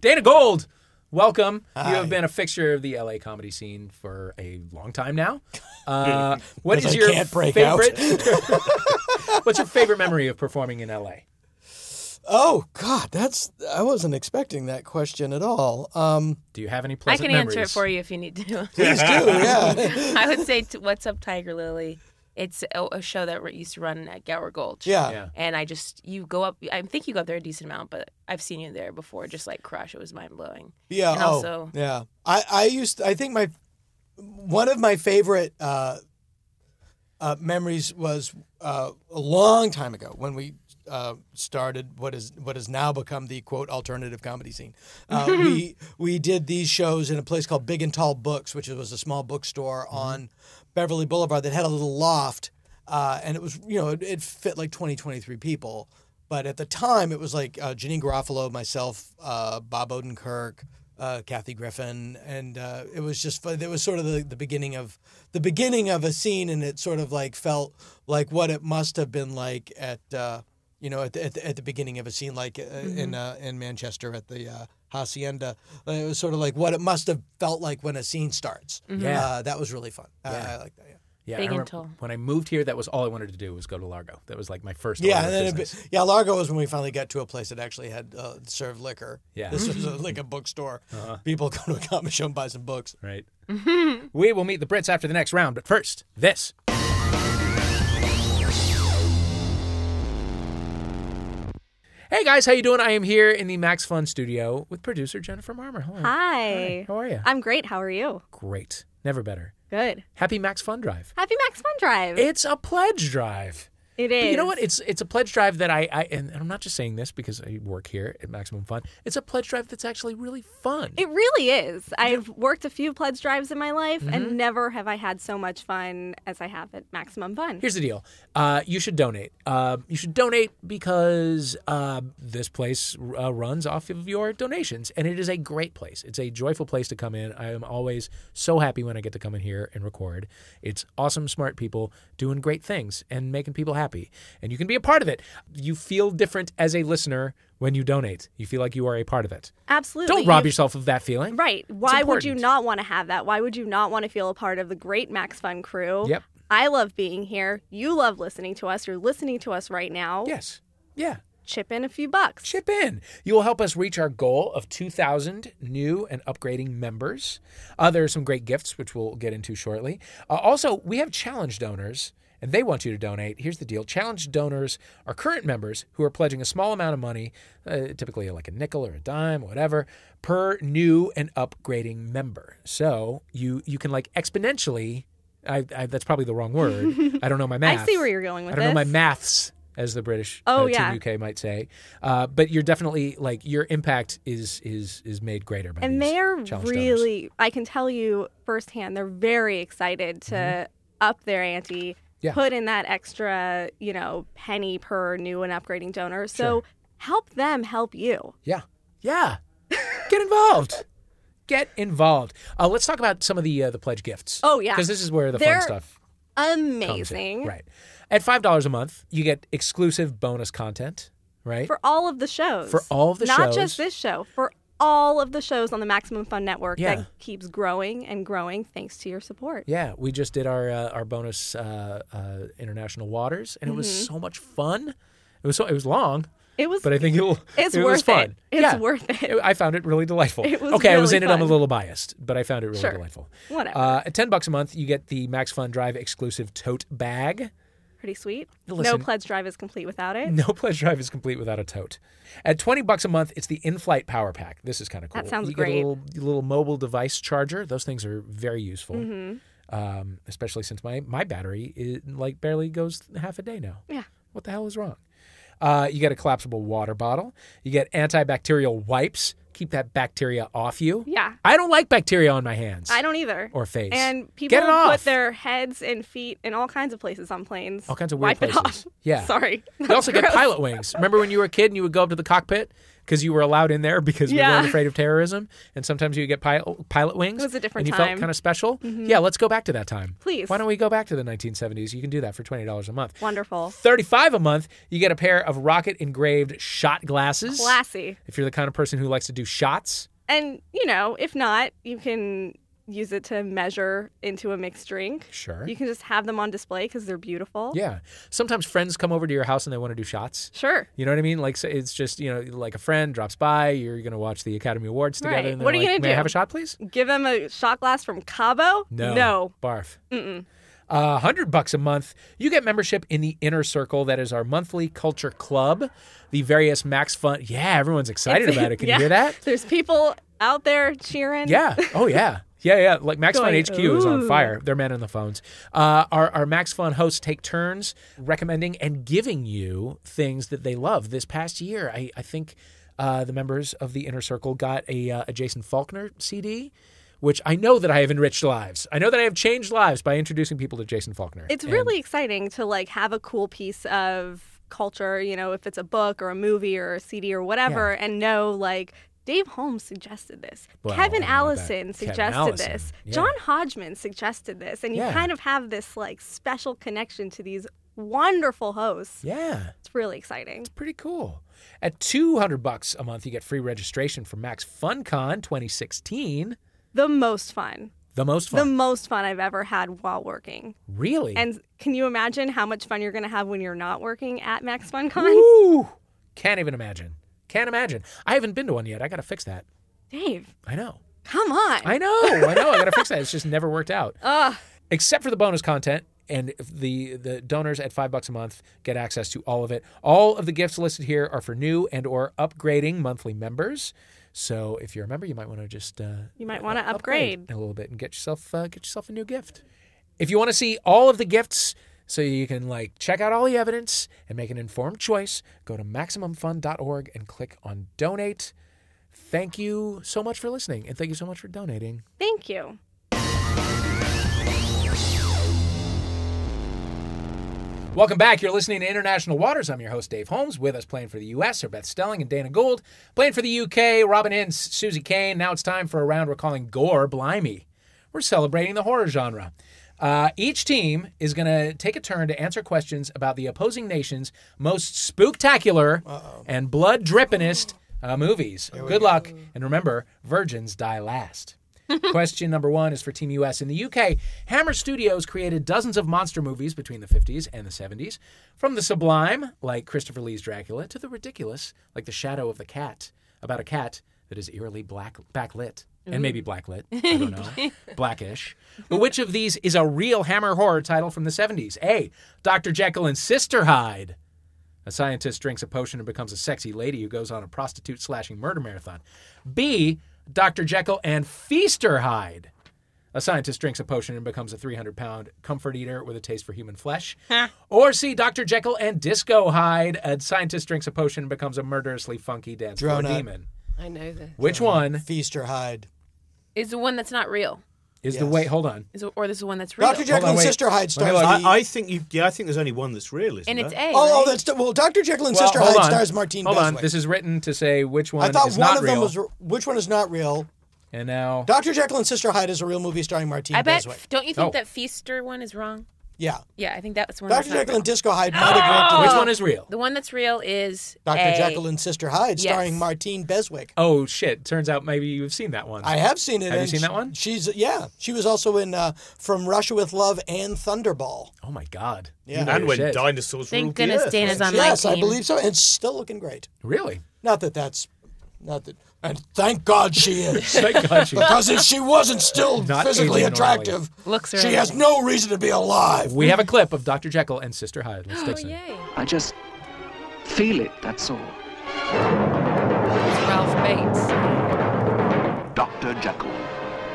Speaker 1: Dana Gold, welcome. You have been a fixture of the LA comedy scene for a long time now. Uh, what is
Speaker 4: 'Cause I
Speaker 1: your
Speaker 4: can't break out.
Speaker 1: favorite? What's your favorite memory of performing in LA?
Speaker 4: oh God, that's I wasn't expecting that question at all. Um,
Speaker 1: Do you have any
Speaker 5: I
Speaker 1: pleasant
Speaker 5: can
Speaker 1: memories?
Speaker 5: answer it for you if you need to.
Speaker 4: please do, yeah,
Speaker 5: I would say, t- "What's up, Tiger Lily?" It's a, a show that we used to run at Gower Gulch.
Speaker 4: yeah.
Speaker 1: Yeah.
Speaker 5: And I just you go up. I think you go up there a decent amount, but I've seen you there before. Just like crush, it was mind blowing.
Speaker 4: Yeah.
Speaker 5: And
Speaker 4: oh,
Speaker 5: also-
Speaker 4: yeah. I I used. I think my one of my favorite uh, uh, memories was uh, a long time ago when we. Uh, started what is what has now become the quote alternative comedy scene. Uh, we we did these shows in a place called Big and Tall Books, which was a small bookstore on Beverly Boulevard that had a little loft, uh, and it was you know it, it fit like 20, 23 people, but at the time, it was like uh, Janine Garofalo, myself, uh, Bob Odenkirk, uh, Kathy Griffin, and uh, it was just fun. It was sort of the, the beginning of the beginning of a scene, and it sort of like felt like what it must have been like at uh, you know at the, at the, at the beginning of a scene, like uh, in uh, in Manchester at the uh, hacienda. Uh, It was sort of like what it must have felt like when a scene starts.
Speaker 1: Yeah.
Speaker 4: uh, that was really fun. Uh, I like that. Yeah.
Speaker 1: Yeah, I
Speaker 5: Big and
Speaker 1: remember
Speaker 5: tall.
Speaker 1: when I moved here, that was all I wanted to do was go to Largo. That was like my first.
Speaker 4: Yeah,
Speaker 1: order of
Speaker 4: and then a
Speaker 1: business.
Speaker 4: bit, yeah, Largo was when we finally got to a place that actually had uh, served liquor.
Speaker 1: Yeah. Uh-huh.
Speaker 4: this was a, like a bookstore. People go to a comic show and buy some books.
Speaker 1: right?
Speaker 6: Mm-hmm.
Speaker 1: we will meet the Brits after the next round, but first, this. Hey guys, how you doing? I am here in the Max Fun Studio with producer Jennifer Marmer. Hello.
Speaker 6: Hi.
Speaker 1: How are you?
Speaker 6: I'm great. How are you?
Speaker 1: Great. Never better.
Speaker 6: Good.
Speaker 1: Happy Max Fun Drive.
Speaker 6: Happy Max Fun Drive.
Speaker 1: It's a pledge drive.
Speaker 6: it
Speaker 1: But
Speaker 6: is.
Speaker 1: you know what? It's it's a pledge drive that I, I and I'm not just saying this because I work here at Maximum Fun. It's a pledge drive that's actually really fun.
Speaker 6: It really is. I've worked a few pledge drives in my life, and
Speaker 1: Mm-hmm.
Speaker 6: never have I had so much fun as I have at Maximum Fun.
Speaker 1: Here's the deal. Uh, you should donate. Uh, you should donate because uh, this place uh, runs off of your donations, and it is a great place. It's a joyful place to come in. I am always so happy when I get to come in here and record. It's awesome, smart people doing great things and making people happy, and you can be a part of it. You feel different as a listener when you donate. You feel like you are a part of it.
Speaker 6: Absolutely.
Speaker 1: Don't rob
Speaker 6: You-
Speaker 1: yourself of that feeling.
Speaker 6: Right. Why would you
Speaker 1: important.
Speaker 6: not want to have that? Why would you not want to feel a part of the great Max Fun crew?
Speaker 1: Yep.
Speaker 6: I love being here. You love listening to us. You're listening to us right now.
Speaker 1: Yes. Yeah.
Speaker 6: Chip in a few bucks.
Speaker 1: chip in. You will help us reach our goal of 2,000 new and upgrading members. Uh, there are some great gifts, which we'll get into shortly. Uh, also, we have challenge donors. And they want you to donate. Here's the deal challenge donors are current members who are pledging a small amount of money, uh, typically like a nickel or a dime, whatever, per new and upgrading member. So you you can like exponentially, I, I, that's probably the wrong word. I don't know my math.
Speaker 6: I see where you're going with
Speaker 1: I don't know my
Speaker 6: this.
Speaker 1: maths, as the British
Speaker 6: Oh,
Speaker 1: uh,
Speaker 6: yeah.
Speaker 1: Team UK might say. Uh, but you're definitely like your impact is is is made greater by these
Speaker 6: and they're
Speaker 1: challenge donors.
Speaker 6: really i can tell you firsthand they're very excited to up their ante
Speaker 1: Mm-hmm. Yeah.
Speaker 6: put in that extra you know penny per new and upgrading donor so help them help you
Speaker 1: yeah yeah get involved. Get involved. Uh, let's talk about some of the uh, the pledge gifts.
Speaker 6: Oh, yeah.
Speaker 1: because this is where the
Speaker 6: They're
Speaker 1: fun stuff comes in.
Speaker 6: amazing
Speaker 1: Right, at five dollars a month, you get exclusive bonus content. Right,
Speaker 6: for all of the shows
Speaker 1: For all of the
Speaker 6: not
Speaker 1: shows.
Speaker 6: just this show for all of the shows on the maximum fun network
Speaker 1: Yeah.
Speaker 6: that keeps growing and growing thanks to your support
Speaker 1: Yeah, we just did our uh, our bonus uh, uh, international waters, and it
Speaker 6: Mm-hmm.
Speaker 1: was so much fun. It was so it was long,
Speaker 6: it was
Speaker 1: but I think it will.
Speaker 6: It's
Speaker 1: it was
Speaker 6: worth it.
Speaker 1: fun.
Speaker 6: It's
Speaker 1: Yeah.
Speaker 6: worth it.
Speaker 1: I found it really delightful.
Speaker 6: It was
Speaker 1: okay, I was
Speaker 6: really
Speaker 1: in it. I'm a
Speaker 6: fun.
Speaker 1: little biased, but I found it really
Speaker 6: Sure.
Speaker 1: delightful.
Speaker 6: Whatever.
Speaker 1: Uh, at ten bucks a month, you get the Max Fun Drive exclusive tote bag.
Speaker 6: pretty sweet
Speaker 1: Listen.
Speaker 6: no pledge drive is complete without it
Speaker 1: No pledge drive is complete without a tote. At twenty bucks a month, it's the in-flight power pack. This is kind of cool.
Speaker 6: That sounds
Speaker 1: you Get a
Speaker 6: great.
Speaker 1: little, little mobile device charger. Those things are very useful,
Speaker 6: Mm-hmm.
Speaker 1: um, especially since my my battery is, like barely goes half a day now.
Speaker 6: yeah
Speaker 1: What the hell is wrong? Uh, you get a collapsible water bottle. You get antibacterial wipes. Keep that bacteria off you.
Speaker 6: Yeah.
Speaker 1: I don't like bacteria on my hands.
Speaker 6: I don't either.
Speaker 1: Or face.
Speaker 6: And people
Speaker 1: Get it off.
Speaker 6: put their heads and feet in all kinds of places on planes.
Speaker 1: All kinds of weird
Speaker 6: Wipe
Speaker 1: places.
Speaker 6: It off.
Speaker 1: Yeah.
Speaker 6: Sorry.
Speaker 1: You also get pilot wings. Remember when you were a kid and you would go up to the cockpit because you were allowed in there because we
Speaker 6: Yeah.
Speaker 1: weren't afraid of terrorism, and sometimes you would get pilot pilot wings.
Speaker 6: It was a
Speaker 1: and
Speaker 6: different
Speaker 1: you felt
Speaker 6: time. Mm-hmm.
Speaker 1: kind of special. Yeah, let's go back to that time,
Speaker 6: Please.
Speaker 1: Why don't we go back to the 1970s? You can do that for twenty dollars a month.
Speaker 6: Wonderful.
Speaker 1: Thirty-five a month, you get a pair of rocket engraved shot glasses.
Speaker 6: Classy.
Speaker 1: If you're the kind of person who likes to do shots,
Speaker 6: And, you know, if not, you can use it to measure into a mixed drink.
Speaker 1: Sure.
Speaker 6: You can just have them on display because they're beautiful.
Speaker 1: yeah. Sometimes friends come over to your house and they want to do shots.
Speaker 6: Sure.
Speaker 1: You know what I mean? Like so it's just you know like a friend drops by. You're gonna watch the Academy Awards together.
Speaker 6: Right.
Speaker 1: And they're
Speaker 6: What are you
Speaker 1: like, May
Speaker 6: gonna
Speaker 1: I
Speaker 6: do?"
Speaker 1: have a shot, please?
Speaker 6: Give them a shot glass from Cabo?
Speaker 1: No.
Speaker 6: No.
Speaker 1: Barf. Mm-mm. Uh, hundred bucks a month, you get membership in the Inner Circle. That is our monthly culture club. The various Max Fun. Yeah, everyone's excited about it. Can
Speaker 6: Yeah.
Speaker 1: you hear that?
Speaker 6: There's people out there cheering.
Speaker 1: Yeah. Oh yeah. Yeah, yeah. Like Max Fun
Speaker 6: Going,
Speaker 1: HQ is on
Speaker 6: "Ooh."
Speaker 1: fire. They're men on the phones. Uh, our our Max Fun hosts take turns recommending and giving you things that they love. This past year, I I think uh, the members of the Inner Circle got a uh, a Jason Faulkner CD. Which I know that I have enriched lives. I know that I have changed lives by introducing people to Jason Faulkner.
Speaker 6: It's
Speaker 1: And-
Speaker 6: really exciting to like have a cool piece of culture, you know, if it's a book or a movie or a CD or whatever, and know like Dave Holmes suggested this.
Speaker 1: Well, I
Speaker 6: Kevin
Speaker 1: don't know about
Speaker 6: Allison
Speaker 1: Kevin
Speaker 6: suggested
Speaker 1: Allison.
Speaker 6: this.
Speaker 1: Yeah.
Speaker 6: John Hodgman suggested this. And you
Speaker 1: Yeah.
Speaker 6: kind of have this like special connection to these wonderful hosts.
Speaker 1: Yeah.
Speaker 6: It's really exciting.
Speaker 1: pretty cool. At 200 bucks a month, you get free registration for Max FunCon 2016.
Speaker 6: The most fun.
Speaker 1: The most
Speaker 6: The
Speaker 1: fun.
Speaker 6: most fun I've ever had while working.
Speaker 1: really?
Speaker 6: And can you imagine how much fun you're going to have when you're not working at Max FunCon?
Speaker 1: Woo! Can't even imagine. Can't imagine. I haven't been to one yet. I got to fix that.
Speaker 6: Dave,
Speaker 1: I know.
Speaker 6: come on.
Speaker 1: I know. I know. I got to fix that. It's just never worked out.
Speaker 6: Ugh.
Speaker 1: Except for the bonus content. And if the, the donors at five bucks a month get access to all of it. All of the gifts listed here are for new and or upgrading monthly members. So if you're a member, you might want to just uh,
Speaker 6: You might want to
Speaker 1: upgrade,
Speaker 6: upgrade.
Speaker 1: a little bit and get yourself uh, get yourself a new gift. If you want to see all of the gifts, so you can like check out all the evidence and make an informed choice, go to maximumfund.org and click on donate. Thank you so much for listening, and thank you so much for donating.
Speaker 6: Thank you.
Speaker 1: Welcome back. You're listening to International Waters. I'm your host, Dave Holmes. With us playing for the U.S. are Beth Stelling and Dana Gould. Playing for the U.K., Robin Ince, Susie Kane. Now it's time for a round we're calling Gore Blimey. We're celebrating the horror genre. Uh, each team is going to take a turn to answer questions about the opposing nation's most spooktacular and blood drippinest uh, movies. Good luck. And remember, virgins die last. Question number one is for Team US. In the UK, Hammer Studios created dozens of monster movies between the 50s and the 70s, from the sublime, like Christopher Lee's Dracula, to the ridiculous, like The Shadow of the Cat, about a cat that is eerily black backlit. And maybe blacklit. I don't know. Blackish. But which of these is a real Hammer horror title from the 70s? A. Dr. Jekyll and Sister Hyde. A scientist drinks a potion and becomes a sexy lady who goes on a prostitute slashing murder marathon. B. Dr. Jekyll and Feaster Hyde. A scientist drinks a potion and becomes a 300 pound comfort eater with a taste for human flesh. or C. Dr. Jekyll and Disco Hyde. A scientist drinks a potion and becomes a murderously funky dance floor
Speaker 4: Drona.
Speaker 1: demon.
Speaker 2: I know this.
Speaker 1: Which one
Speaker 4: Feast or hide.
Speaker 5: Is the one that's not real.
Speaker 1: is the wait? Hold on.
Speaker 5: Is or this is the one that's real.
Speaker 4: Dr. Jekyll
Speaker 1: on,
Speaker 4: and
Speaker 1: wait.
Speaker 4: Sister Hyde
Speaker 1: Let me
Speaker 4: stars.
Speaker 1: look.
Speaker 4: the-
Speaker 3: I, I think you. Yeah, I think there's only one that's real, isn't
Speaker 5: and it's
Speaker 3: there?
Speaker 5: A.
Speaker 4: oh, oh,
Speaker 5: right?
Speaker 4: that's well. Dr. Jekyll and Sister
Speaker 1: hold
Speaker 4: Hyde
Speaker 1: on.
Speaker 4: stars Martine
Speaker 1: Hold on.
Speaker 4: Beswick.
Speaker 1: This is written to say which one
Speaker 4: I thought
Speaker 1: is
Speaker 4: one
Speaker 1: not
Speaker 4: of
Speaker 1: real.
Speaker 4: them was. re- Which one is not real?
Speaker 1: and now
Speaker 4: Dr. Jekyll and Sister Hyde is a real movie starring Martine
Speaker 5: I bet.
Speaker 4: Beswick.
Speaker 5: Don't you think
Speaker 1: Oh.
Speaker 5: that Feaster one is wrong?
Speaker 4: Yeah.
Speaker 5: Yeah, I think that's one. that's
Speaker 4: Dr.
Speaker 5: not
Speaker 4: Jekyll
Speaker 5: real.
Speaker 4: and Disco Hyde might have directed
Speaker 1: which one is real?
Speaker 5: The one that's real is
Speaker 4: Dr.
Speaker 5: A.
Speaker 4: Jekyll and Sister Hyde
Speaker 5: Yes.
Speaker 4: starring Martine Beswick.
Speaker 1: Oh shit! Turns out maybe you've seen that one.
Speaker 4: I have seen it.
Speaker 1: Have you
Speaker 4: and
Speaker 1: seen
Speaker 4: sh-
Speaker 1: that one?
Speaker 4: She's yeah. She was also in uh, From Russia with Love and Thunderball.
Speaker 1: Oh my god!
Speaker 4: Yeah.
Speaker 1: You know
Speaker 3: And
Speaker 1: your
Speaker 3: when
Speaker 1: shit.
Speaker 3: dinosaurs
Speaker 5: Thank
Speaker 3: ruled
Speaker 5: goodness
Speaker 3: the earth.
Speaker 5: Dana's on
Speaker 4: yes,
Speaker 5: my
Speaker 4: I
Speaker 5: team.
Speaker 4: believe so. And still looking great.
Speaker 1: really?
Speaker 4: Not that that's not that. And thank God she is.
Speaker 1: Thank God you.
Speaker 4: Because if she wasn't still
Speaker 1: Not
Speaker 4: physically
Speaker 1: aging normally.
Speaker 4: attractive,
Speaker 5: Looks are
Speaker 4: she has no reason to be alive.
Speaker 1: We have a clip of Dr. Jekyll and Sister Hyde. Let's
Speaker 5: Oh
Speaker 1: fix it.
Speaker 5: yay!
Speaker 7: I just feel it, that's all.
Speaker 5: It's Ralph Bates.
Speaker 7: Dr. Jekyll,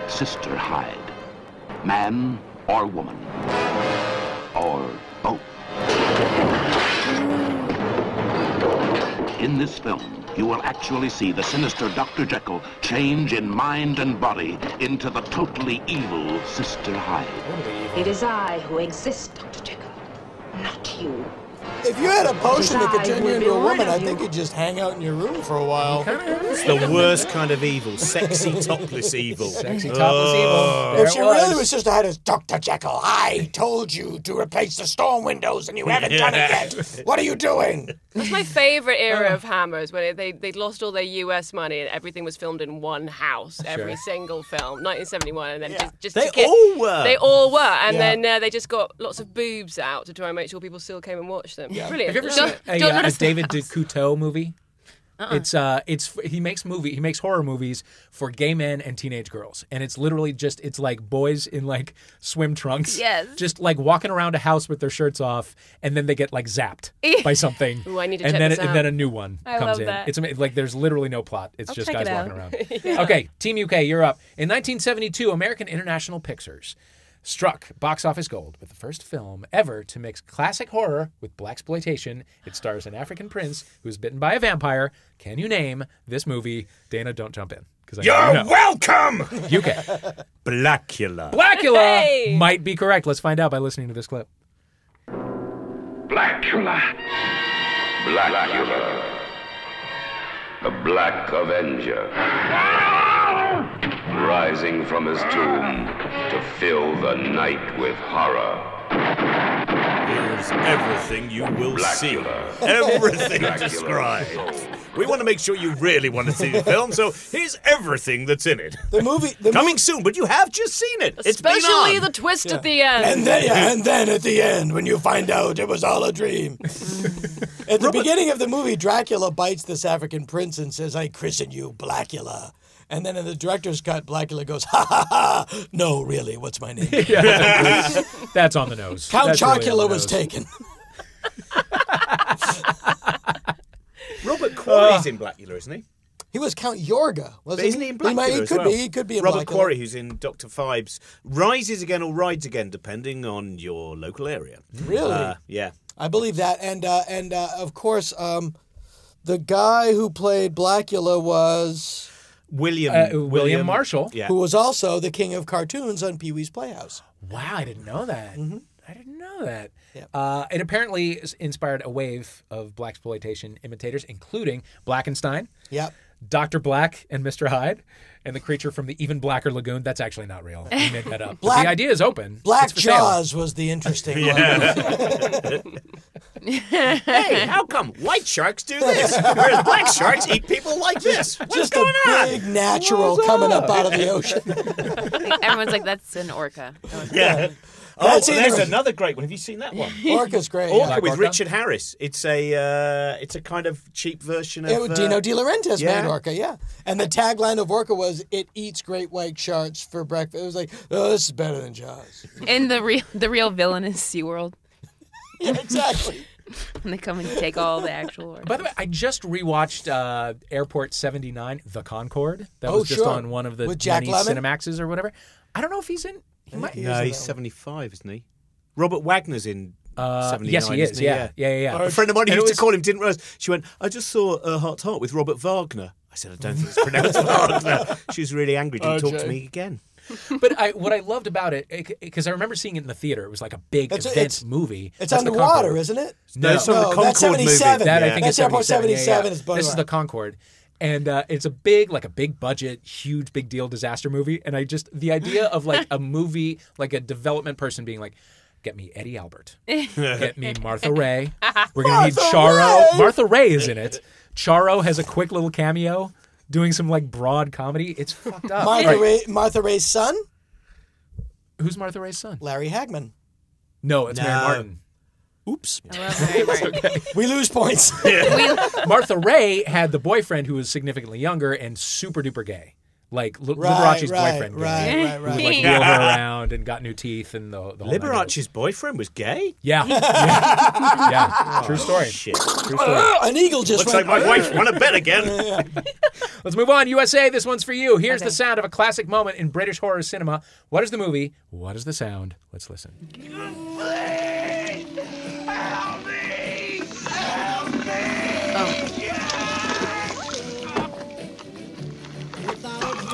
Speaker 7: Sister Hyde, man or woman, or both. In this film, you will actually see the sinister Dr. Jekyll change in mind and body into the totally evil Sister Hyde.
Speaker 8: It is I who exist, Dr. Jekyll, not you.
Speaker 4: If you had a potion that could
Speaker 8: Besides,
Speaker 4: turn you
Speaker 8: we'll be
Speaker 4: into a
Speaker 8: rid
Speaker 4: woman,
Speaker 8: of
Speaker 4: I
Speaker 8: you.
Speaker 4: think you'd just hang out in your room for a while.
Speaker 3: It's the worst kind of evil. Sexy topless evil. Uh,
Speaker 1: Sexy topless evil. There
Speaker 4: if Oh, she
Speaker 1: it was.
Speaker 4: really was just hired as Dr. Jekyll, I told you to replace the storm windows and you haven't done it yet. What are you doing?
Speaker 2: That's my favorite
Speaker 1: Oh.
Speaker 2: era of Hammers when it, they they lost all their US money and everything was filmed in one house, every single film, 1971, and then just, just
Speaker 3: They
Speaker 2: to get-
Speaker 3: all were.
Speaker 2: They all were, and
Speaker 4: Yeah.
Speaker 2: then uh, they just got lots of boobs out to try and make sure people still came and watched them. Brilliant.
Speaker 1: Have you ever
Speaker 2: Don't-
Speaker 1: seen a,
Speaker 2: don't
Speaker 1: uh, a
Speaker 2: notice the
Speaker 1: David
Speaker 2: house.
Speaker 1: DeCouteau movie?
Speaker 2: Uh-uh.
Speaker 1: It's uh, it's he makes movie he makes horror movies for gay men and teenage girls, and it's literally just it's like boys in like swim trunks,
Speaker 5: Yes.
Speaker 1: just like walking around a house with their shirts off, and then they get like zapped by something.
Speaker 2: Ooh, I need to
Speaker 1: and
Speaker 2: check
Speaker 1: then
Speaker 2: this
Speaker 1: it-
Speaker 2: out.
Speaker 1: and then a new one
Speaker 5: I
Speaker 1: comes
Speaker 5: love
Speaker 1: in.
Speaker 5: that.
Speaker 1: It's ama- like there's literally no plot. It's just
Speaker 5: check
Speaker 1: guys
Speaker 5: it
Speaker 1: walking
Speaker 5: out.
Speaker 1: around. Okay, Team UK, you're up. In 1972, American International Pictures struck box office gold with the first film ever to mix classic horror with black exploitation. It stars an African prince who is bitten by a vampire. Can you name this movie? Dana, don't jump in because I
Speaker 3: You're
Speaker 1: know.
Speaker 3: welcome,
Speaker 1: you know. UK.
Speaker 3: Blackula.
Speaker 1: Blackula
Speaker 2: Hey!
Speaker 1: might be correct. Let's find out by listening to this clip.
Speaker 9: Blackula. Blackula. A
Speaker 7: Black Avenger, rising from his tomb to fill the night with horror.
Speaker 3: Here's everything you will
Speaker 7: Blackula.
Speaker 3: see. Everything
Speaker 7: Blackula.
Speaker 3: described. We want to make sure you really want to see the film, so here's everything that's in it.
Speaker 4: The movie. The
Speaker 3: Coming soon, but you have just seen it. It's been
Speaker 2: Especially
Speaker 3: on.
Speaker 2: the twist at the end.
Speaker 4: And then, yeah, and then at the end, when you find out it was all a dream. at the beginning of the movie, Dracula bites this African prince and says, I christen you Blackula. And then in the director's cut, Blackula goes, ha ha ha, no, really, what's my name?
Speaker 1: That's on the nose.
Speaker 4: Count
Speaker 1: That's really on the
Speaker 4: Chocula was
Speaker 1: nose.
Speaker 4: taken.
Speaker 3: Robert Quarry's in Blackula, isn't he?
Speaker 4: He was Count Yorga,
Speaker 3: But
Speaker 4: wasn't
Speaker 3: isn't he in Blackula?
Speaker 4: might- He,
Speaker 3: as
Speaker 4: could
Speaker 3: well?
Speaker 4: be, he could be in
Speaker 3: Robert
Speaker 4: Blackula.
Speaker 3: Quarry, who's in Doctor Fives, rises again or rides again, depending on your local area.
Speaker 4: Really?
Speaker 3: Uh, yeah.
Speaker 4: I believe that, and uh, and uh, of course, um, the guy who played Blackula was
Speaker 3: William
Speaker 1: Uh, William Marshall.
Speaker 3: Yeah.
Speaker 4: who was also the king of cartoons on Pee Wee's Playhouse.
Speaker 1: Wow, I didn't know that.
Speaker 4: Mm-hmm.
Speaker 1: I didn't know that. Uh, it apparently s- inspired a wave of black exploitation imitators, including Blackenstein,
Speaker 4: Yep.
Speaker 1: Doctor Black, and Mister Hyde, and the creature from the even blacker lagoon. That's actually not real. We made that up. But
Speaker 4: Black-
Speaker 1: the idea is open.
Speaker 4: Black
Speaker 1: It's for sale.
Speaker 4: Jaws was the interesting one.
Speaker 3: Hey, how come white sharks do this? Whereas black sharks eat people like this? What's
Speaker 4: Just
Speaker 3: going
Speaker 4: a
Speaker 3: on?
Speaker 4: big natural coming up out of the ocean.
Speaker 5: Everyone's like, that's an orca. That was-
Speaker 3: Yeah. Oh,
Speaker 4: That's
Speaker 3: there's
Speaker 4: either-
Speaker 3: another great one. Have you seen that one?
Speaker 4: Orca's great.
Speaker 3: Orca
Speaker 4: yeah.
Speaker 3: with
Speaker 1: Orca?
Speaker 3: Richard Harris. It's a uh, it's a kind of cheap version of
Speaker 1: Oh,
Speaker 4: It was
Speaker 3: uh,
Speaker 4: Dino De Laurentiis made
Speaker 3: yeah.
Speaker 4: Orca, yeah. And the tagline of Orca was "It eats great white sharks for breakfast." It was like, "Oh, this is better than Jaws."
Speaker 5: And the real, the real villain is SeaWorld.
Speaker 4: Yeah, exactly.
Speaker 5: And they come and take all the actual orca.
Speaker 1: By the way, I just rewatched uh, Airport 79, The Concorde. That
Speaker 4: Oh,
Speaker 1: was just
Speaker 4: sure.
Speaker 1: on one of the
Speaker 4: With Jack
Speaker 1: many
Speaker 4: Lemmon?
Speaker 1: Cinemaxes or whatever. I don't know if he's in. He might.
Speaker 3: No, he's 75, isn't he? Robert Wagner's in
Speaker 1: Uh,
Speaker 3: 79.
Speaker 1: yes, he is.
Speaker 3: isn't
Speaker 1: Yeah, yeah, yeah. yeah.
Speaker 3: A friend of mine who
Speaker 1: And it
Speaker 3: used
Speaker 1: was-
Speaker 3: to call him didn't realise. She went, I just saw uh, Heart to Heart with Robert Wagner. I said, I don't think it's pronounced Wagner. She was really angry. Didn't talk to me again.
Speaker 1: but I, what I loved about it, because I remember seeing it in the theater, it was like a big
Speaker 4: It's-
Speaker 1: event
Speaker 4: it's-
Speaker 1: movie.
Speaker 4: It's
Speaker 1: That's the
Speaker 4: underwater,
Speaker 1: Concorde.
Speaker 4: isn't it?
Speaker 1: No, it's on the
Speaker 4: that's
Speaker 3: Concorde movie.
Speaker 4: seventy-seven.
Speaker 1: That I
Speaker 3: Yeah.
Speaker 1: think
Speaker 4: that's
Speaker 1: is
Speaker 4: Airport
Speaker 1: 77.
Speaker 4: seventy-seven.
Speaker 1: yeah.
Speaker 4: It's
Speaker 1: this is the Concorde. And uh, it's a big, like a big budget, huge, big deal disaster movie. And I just, the idea of like a movie, like a development person being like, get me Eddie Albert, get me Martha Ray. We're going to need Charo. Martha Ray is in it. Charo has a quick little cameo doing some like broad comedy. It's fucked up.
Speaker 4: Martha,
Speaker 1: Right.
Speaker 4: Ray, Martha Ray's son,
Speaker 1: Who's Martha Ray's son?
Speaker 4: Larry Hagman.
Speaker 1: No, it's Mary
Speaker 3: No.
Speaker 1: Martin.
Speaker 4: Oops,
Speaker 5: I love Mary Martin.
Speaker 4: we lose points.
Speaker 1: Martha Ray had the boyfriend who was significantly younger and super duper gay. Like Li-
Speaker 4: right,
Speaker 1: Liberace's
Speaker 4: right,
Speaker 1: boyfriend. gay.
Speaker 4: Right, right, right.
Speaker 1: Who, like wheeled her around and got new teeth and the,
Speaker 3: Oh
Speaker 1: the whole nine yards.
Speaker 3: Liberace's boyfriend was gay?
Speaker 1: Yeah. yeah. Yeah. True story.
Speaker 3: Shit.
Speaker 1: True story.
Speaker 4: An eagle just
Speaker 3: Looks like
Speaker 4: went.
Speaker 3: my wife won a bet again.
Speaker 1: Let's move on. USA, this one's for you. Here's the sound of a classic moment in British horror cinema. What is the movie? What is the sound? Let's listen.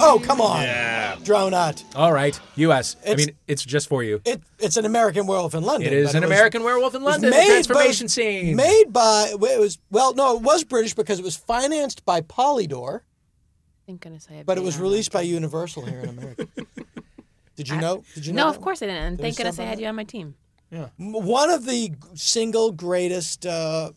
Speaker 4: oh, come on, drone out.
Speaker 1: All right. US. I
Speaker 4: It's-
Speaker 1: mean, it's just for you.
Speaker 4: It, it's an American werewolf in London.
Speaker 1: It is
Speaker 4: but
Speaker 1: an
Speaker 4: was-
Speaker 1: American werewolf in
Speaker 4: it was
Speaker 1: London. the
Speaker 4: made by-
Speaker 1: transformation scene.
Speaker 4: Made by well, it was well, no, it was British because it was financed by Polydor,
Speaker 5: Thank goodness I have
Speaker 4: but it was
Speaker 5: Beyond.
Speaker 4: released by Universal here in America. Did you know? Did you know?
Speaker 5: No,
Speaker 4: that
Speaker 5: of
Speaker 4: one?
Speaker 5: course I didn't. And
Speaker 4: Did
Speaker 5: thank
Speaker 4: we
Speaker 5: goodness
Speaker 4: stop
Speaker 5: I
Speaker 4: on
Speaker 5: had
Speaker 4: that?
Speaker 5: you on my team.
Speaker 4: One of the single greatest uh,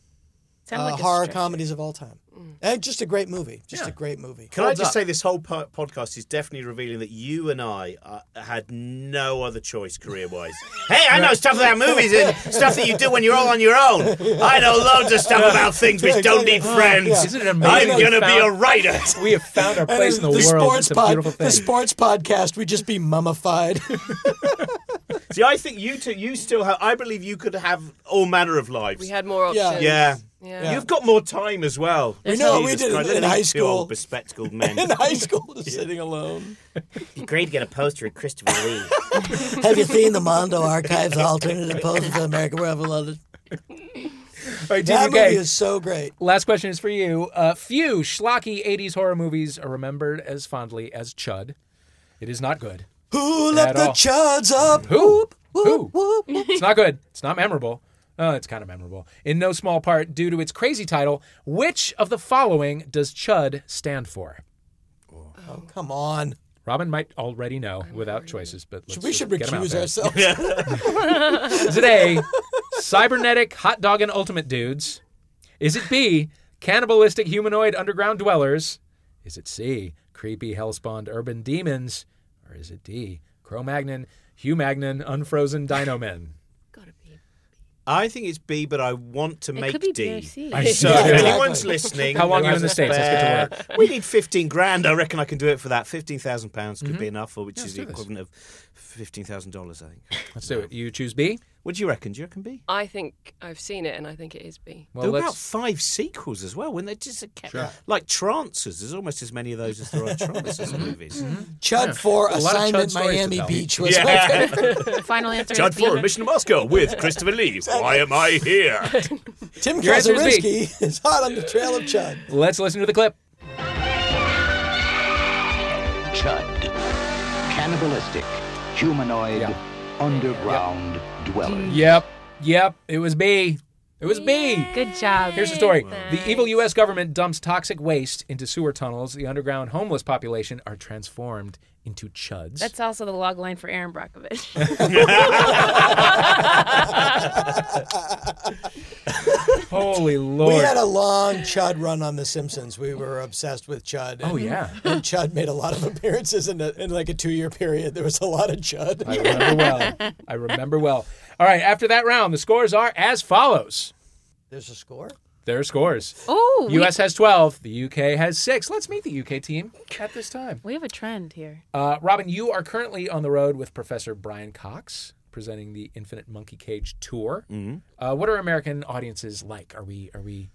Speaker 5: Sounded
Speaker 4: uh,
Speaker 5: like a
Speaker 4: horror
Speaker 5: stretch. Mm.
Speaker 4: comedies of all time. And just a great movie. Just
Speaker 1: Yeah.
Speaker 4: a great movie.
Speaker 3: Can I
Speaker 1: Holds
Speaker 3: just
Speaker 1: up.
Speaker 3: say this whole po- podcast is definitely revealing that you and I uh, had no other choice career wise. hey, I know stuff about movies and stuff that you do when you're all on your own. I know loads of stuff about things which don't need friends.
Speaker 4: Yeah.
Speaker 1: Isn't it amazing
Speaker 3: I'm
Speaker 1: we
Speaker 3: going to be
Speaker 1: found-
Speaker 3: a writer.
Speaker 1: We have found our place in the, world.
Speaker 4: sports
Speaker 1: It's a
Speaker 4: pod-
Speaker 1: beautiful thing.
Speaker 4: the sports podcast would just be mummified.
Speaker 3: See, I think you two, you still have, I believe you could have all manner of lives.
Speaker 2: we had more
Speaker 4: Yeah.
Speaker 2: options.
Speaker 3: yeah.
Speaker 2: Yeah.
Speaker 3: You've got more time as well.
Speaker 4: You know what we
Speaker 3: Jesus
Speaker 4: did in-
Speaker 3: Christ,
Speaker 4: in
Speaker 3: these
Speaker 4: high
Speaker 3: two
Speaker 4: school?
Speaker 3: old Bespectacled men.
Speaker 4: in high school, just sitting alone.
Speaker 3: be great to get a poster of Christopher Lee.
Speaker 4: Have you seen the Mondo Archives alternative posters of American Werewolf in London?
Speaker 1: All right,
Speaker 4: That
Speaker 1: TVK.
Speaker 4: movie is so great.
Speaker 1: Last question is for you. Uh, few schlocky 80s horror movies are remembered as fondly as Chud. It is not good.
Speaker 4: Who let
Speaker 1: At
Speaker 4: the
Speaker 1: all.
Speaker 4: chuds up?
Speaker 1: Who? Who?
Speaker 4: Whoop, whoop.
Speaker 1: It's not good. It's not memorable. Oh, it's kind of memorable. In no small part due to its crazy title, which of the following does Chud stand for?
Speaker 4: Oh, come on.
Speaker 1: Robin might already know without choices, but let's
Speaker 4: We
Speaker 1: just
Speaker 4: should
Speaker 1: get 'em out
Speaker 4: recuse
Speaker 1: there.
Speaker 4: ourselves.
Speaker 1: Is it A, cybernetic hot dog and ultimate dudes? Is it B, cannibalistic humanoid underground dwellers? Is it C, creepy hellspawned urban demons? Or is it D, Cro-Magnon, Hugh-Magnon, unfrozen dino men?
Speaker 2: Gotta be.
Speaker 3: I think it's B, but I want to
Speaker 5: it
Speaker 3: make
Speaker 5: could be
Speaker 3: D.
Speaker 5: BRC.
Speaker 1: I
Speaker 3: So
Speaker 1: Yeah,
Speaker 3: if
Speaker 1: exactly.
Speaker 3: anyone's listening,
Speaker 1: How long are you in the
Speaker 3: who has a
Speaker 1: States? Let's get to
Speaker 3: spare- We need fifteen grand. I reckon I can do it for that. Fifteen thousand pounds
Speaker 1: Mm-hmm.
Speaker 3: could be enough, or which is the
Speaker 1: do this.
Speaker 3: equivalent of fifteen thousand dollars. I think.
Speaker 1: Let's do it. You choose B?
Speaker 3: What do you reckon? Do you reckon B?
Speaker 2: I think I've seen it, and I think it is B.
Speaker 1: Well,
Speaker 3: there were about
Speaker 1: let's-
Speaker 3: five sequels as well, when they just kept like trances. There's almost as many of those as there are trances
Speaker 1: Mm-hmm.
Speaker 3: in movies.
Speaker 4: Chud for
Speaker 1: A lot of Chud
Speaker 4: assignment
Speaker 1: stories to
Speaker 4: Miami
Speaker 1: tell.
Speaker 4: Beach was my favorite.
Speaker 5: Final answer.
Speaker 3: Judd
Speaker 5: is B.
Speaker 3: Ford, Mission to Moscow with Christopher Lee. Why am I here?
Speaker 4: Tim
Speaker 1: Your answer is B.
Speaker 4: Kazurinsky is hot on the trail of Chud.
Speaker 1: Let's listen to the clip.
Speaker 7: Chud. Cannibalistic. Humanoid. Underground dweller.
Speaker 1: Yep. Yep. It was B. It was B.
Speaker 5: Good job.
Speaker 1: Here's the story. The evil U.S. government dumps toxic waste into sewer tunnels. The underground homeless population are transformed into chuds.
Speaker 5: That's also the log line for Aaron Brockovich.
Speaker 1: Holy
Speaker 4: We
Speaker 1: Lord.
Speaker 4: had a long Chud run on The Simpsons. We were obsessed with Chud. And,
Speaker 1: oh, yeah.
Speaker 4: And Chud made a lot of appearances in, a, in like a two year period. There was a lot of Chud.
Speaker 1: I remember well. I remember well. All right. After that round, the scores are as follows.
Speaker 4: There's a score?
Speaker 1: Their scores.
Speaker 5: oh, we,
Speaker 1: U.S. has 12. The U.K. has 6. Let's meet the U.K. team at this time.
Speaker 5: we have a trend here.
Speaker 1: Uh, Robin, you are currently on the road with Professor Brian Cox presenting the Infinite Monkey Cage tour. Uh, what are American audiences like? Are we are we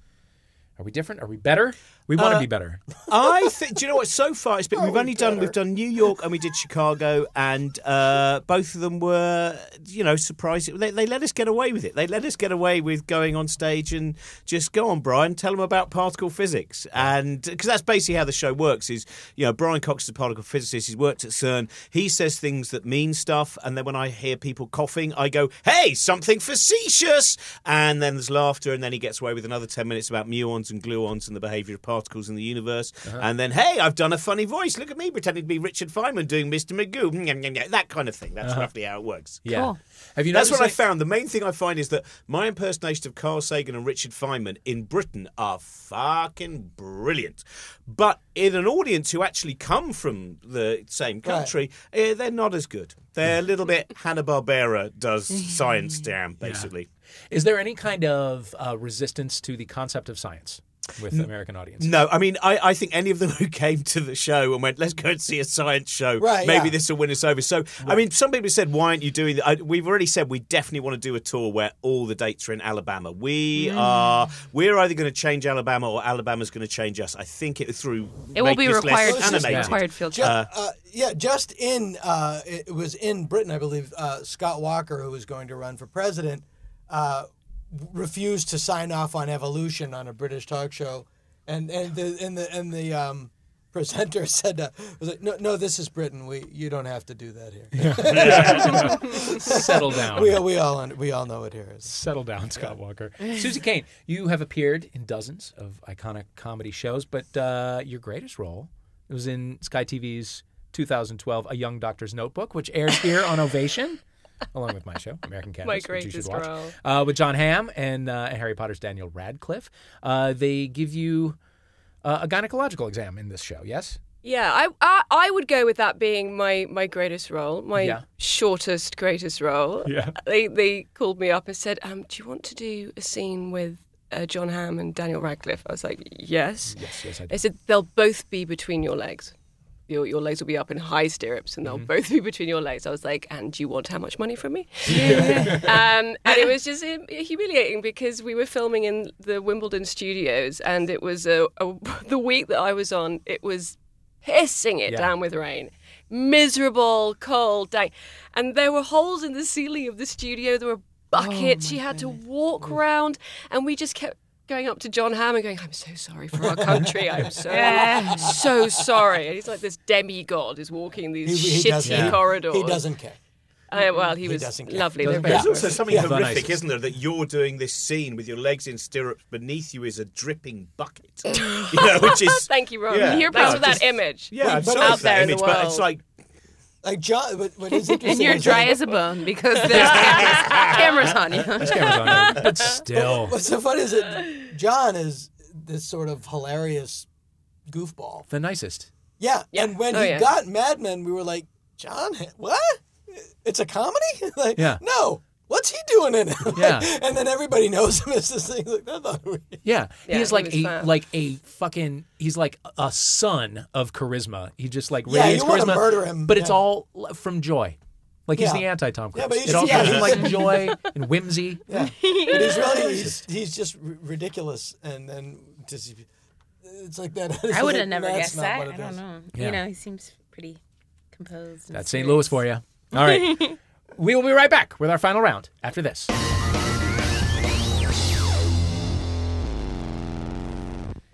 Speaker 1: are we different? Are we better? We want to be better.
Speaker 3: I think. Do you know what? So far, it's been. we've only done. We've done New York and we did Chicago, and uh, both of them were, you know, surprising. They, they let us get away with it. They let us get away with going on stage and just go on, Brian. Tell them about particle physics, and because that's basically how the show works. Is you know, Brian Cox is a particle physicist. He's worked at CERN. He says things that mean stuff, and then when I hear people coughing, I go, "Hey, something facetious!" And then there's laughter, and then he gets away with another ten minutes about muons and gluons and the behaviour of particles in the universe. And then, hey, I've done a funny voice. Look at me pretending to be Richard Feynman doing Mr. Magoo. Mm, Nyam, nyam, nyam. That kind of thing. That's roughly how it works.
Speaker 1: Yeah.
Speaker 5: Cool.
Speaker 1: Have you
Speaker 3: That's
Speaker 1: noticed
Speaker 3: what I
Speaker 1: any-
Speaker 3: found. The main thing I find is that my impersonation of Carl Sagan and Richard Feynman in Britain are fucking brilliant. But in an audience who actually come from the same country, eh, they're not as good. They're a little bit Hanna Barbera does science down, basically.
Speaker 1: Is there any kind of uh, resistance to the concept of science with American audiences?
Speaker 3: No, I mean, I, I think any of them who came to the show and went, let's go and see a science show,
Speaker 4: Right,
Speaker 3: maybe
Speaker 4: yeah.
Speaker 3: this will win us over. So, I mean, some people said, why aren't you doing that? I, we've already said we definitely want to do a tour where all the dates are in Alabama.
Speaker 4: Mm.
Speaker 3: We are, we're either going to change Alabama or Alabama's going to change us. I think it through.
Speaker 5: It will
Speaker 3: make
Speaker 5: be
Speaker 3: this
Speaker 5: required.
Speaker 3: Less animated.
Speaker 5: Required field
Speaker 4: Ju-
Speaker 5: trip.
Speaker 4: uh, yeah, just in, uh, it was in Britain, I believe, uh, Scott Walker, who was going to run for president, uh, refused to sign off on evolution on a British talk show. And, and the, and the, and the um, presenter said, uh, was like, no, no, this is Britain. We, you don't have to do that here.
Speaker 1: Settle down.
Speaker 4: we, we, all, un- we all know it here. It's-
Speaker 1: Settle down, Scott Walker. Susie Kane, you have appeared in dozens of iconic comedy shows, but uh, your greatest role was in Sky TV's 2012 A Young Doctor's Notebook, which aired here on Ovation, along with my show, American Cannabis, which you should
Speaker 2: greatest
Speaker 1: watch,
Speaker 2: role.
Speaker 1: uh, with John Hamm and uh, Harry Potter's Daniel Radcliffe. Uh, they give you uh, a gynecological exam in this show, yes?
Speaker 2: Yeah, I, I I would go with that being my my greatest role, my
Speaker 1: Yeah.
Speaker 2: shortest greatest role.
Speaker 1: Yeah.
Speaker 2: They they called me up and said, um, "Do you want to do a scene with uh, John Hamm and Daniel Radcliffe?" I was like, "Yes."
Speaker 1: Yes, yes, I do.
Speaker 2: They said they'll both be between your legs. Your, your legs will be up in high stirrups and they'll both be between your legs. I was like, and do you want how much money from me? um, and it was just hum- humiliating because we were filming in the Wimbledon studios and it was a, a, the week that I was on, it was pissing it
Speaker 1: Yeah.
Speaker 2: down with rain. Miserable, cold day. And there were holes in the ceiling of the studio. There were
Speaker 4: Oh
Speaker 2: buckets. she had to
Speaker 4: Mm.
Speaker 2: walk round. And we just kept going up to John Hamm and going, I'm so sorry for our country. I'm so, so sorry. And he's like, this demigod is walking these
Speaker 4: he
Speaker 2: shitty
Speaker 4: doesn't- he-
Speaker 2: corridors.
Speaker 4: He doesn't care.
Speaker 2: Uh, well, he,
Speaker 4: He
Speaker 2: was
Speaker 4: doesn't care.
Speaker 2: lovely.
Speaker 1: Doesn't
Speaker 2: They're
Speaker 1: care.
Speaker 2: very
Speaker 3: There's also something
Speaker 1: Yeah.
Speaker 3: horrific,
Speaker 1: Nice.
Speaker 3: isn't there, that you're doing this scene with your legs in stirrups. Beneath you is a dripping bucket, you know, which is
Speaker 2: Thank you, Rob.
Speaker 3: Yeah.
Speaker 2: You're
Speaker 3: No,
Speaker 2: pleased with that
Speaker 3: just-
Speaker 2: image.
Speaker 3: yeah, I'm
Speaker 2: It's
Speaker 3: sorry
Speaker 2: out
Speaker 3: for that
Speaker 2: there in
Speaker 3: image,
Speaker 2: the
Speaker 3: but it's
Speaker 2: world.
Speaker 3: like
Speaker 4: Like John, but what is interesting
Speaker 5: And you're
Speaker 4: is that-
Speaker 5: dry as a bone because there's cameras, cameras on
Speaker 1: This
Speaker 5: you.
Speaker 1: camera's on him. But still.
Speaker 4: What's so funny is that John is this sort of hilarious goofball.
Speaker 1: The nicest.
Speaker 4: Yeah, and when
Speaker 2: Oh,
Speaker 4: he
Speaker 2: yeah.
Speaker 4: got Mad Men, we were like, John, what? It's a comedy? like,
Speaker 1: Yeah.
Speaker 4: No. What's he doing in it? Like,
Speaker 1: Yeah.
Speaker 4: And then everybody knows him as this thing. Like, I thought we
Speaker 1: Yeah.
Speaker 2: Yeah,
Speaker 1: he is
Speaker 2: he
Speaker 1: like
Speaker 2: was
Speaker 1: a
Speaker 2: fat.
Speaker 1: like a fucking he's like a son of charisma. He just like
Speaker 4: Yeah,
Speaker 1: radiates
Speaker 4: you wanna
Speaker 1: charisma.
Speaker 4: murder him,
Speaker 1: But it's
Speaker 4: yeah.
Speaker 1: all l- from joy. Like he's
Speaker 4: Yeah.
Speaker 1: the anti Tom Cruise.
Speaker 4: Yeah, but
Speaker 1: it
Speaker 4: he's-
Speaker 1: all
Speaker 4: yeah,
Speaker 1: comes from
Speaker 4: he's-
Speaker 1: like joy and whimsy.
Speaker 4: Yeah. but he's really he's, he's just r- ridiculous and then just it's like that.
Speaker 5: I would
Speaker 4: That's
Speaker 5: have never guessed
Speaker 4: not
Speaker 5: that.
Speaker 4: what it
Speaker 5: I don't
Speaker 4: is.
Speaker 5: know.
Speaker 1: Yeah.
Speaker 5: You know, he seems pretty composed. and
Speaker 1: That's St. Louis for you. All right. we will be right back with our final round after this.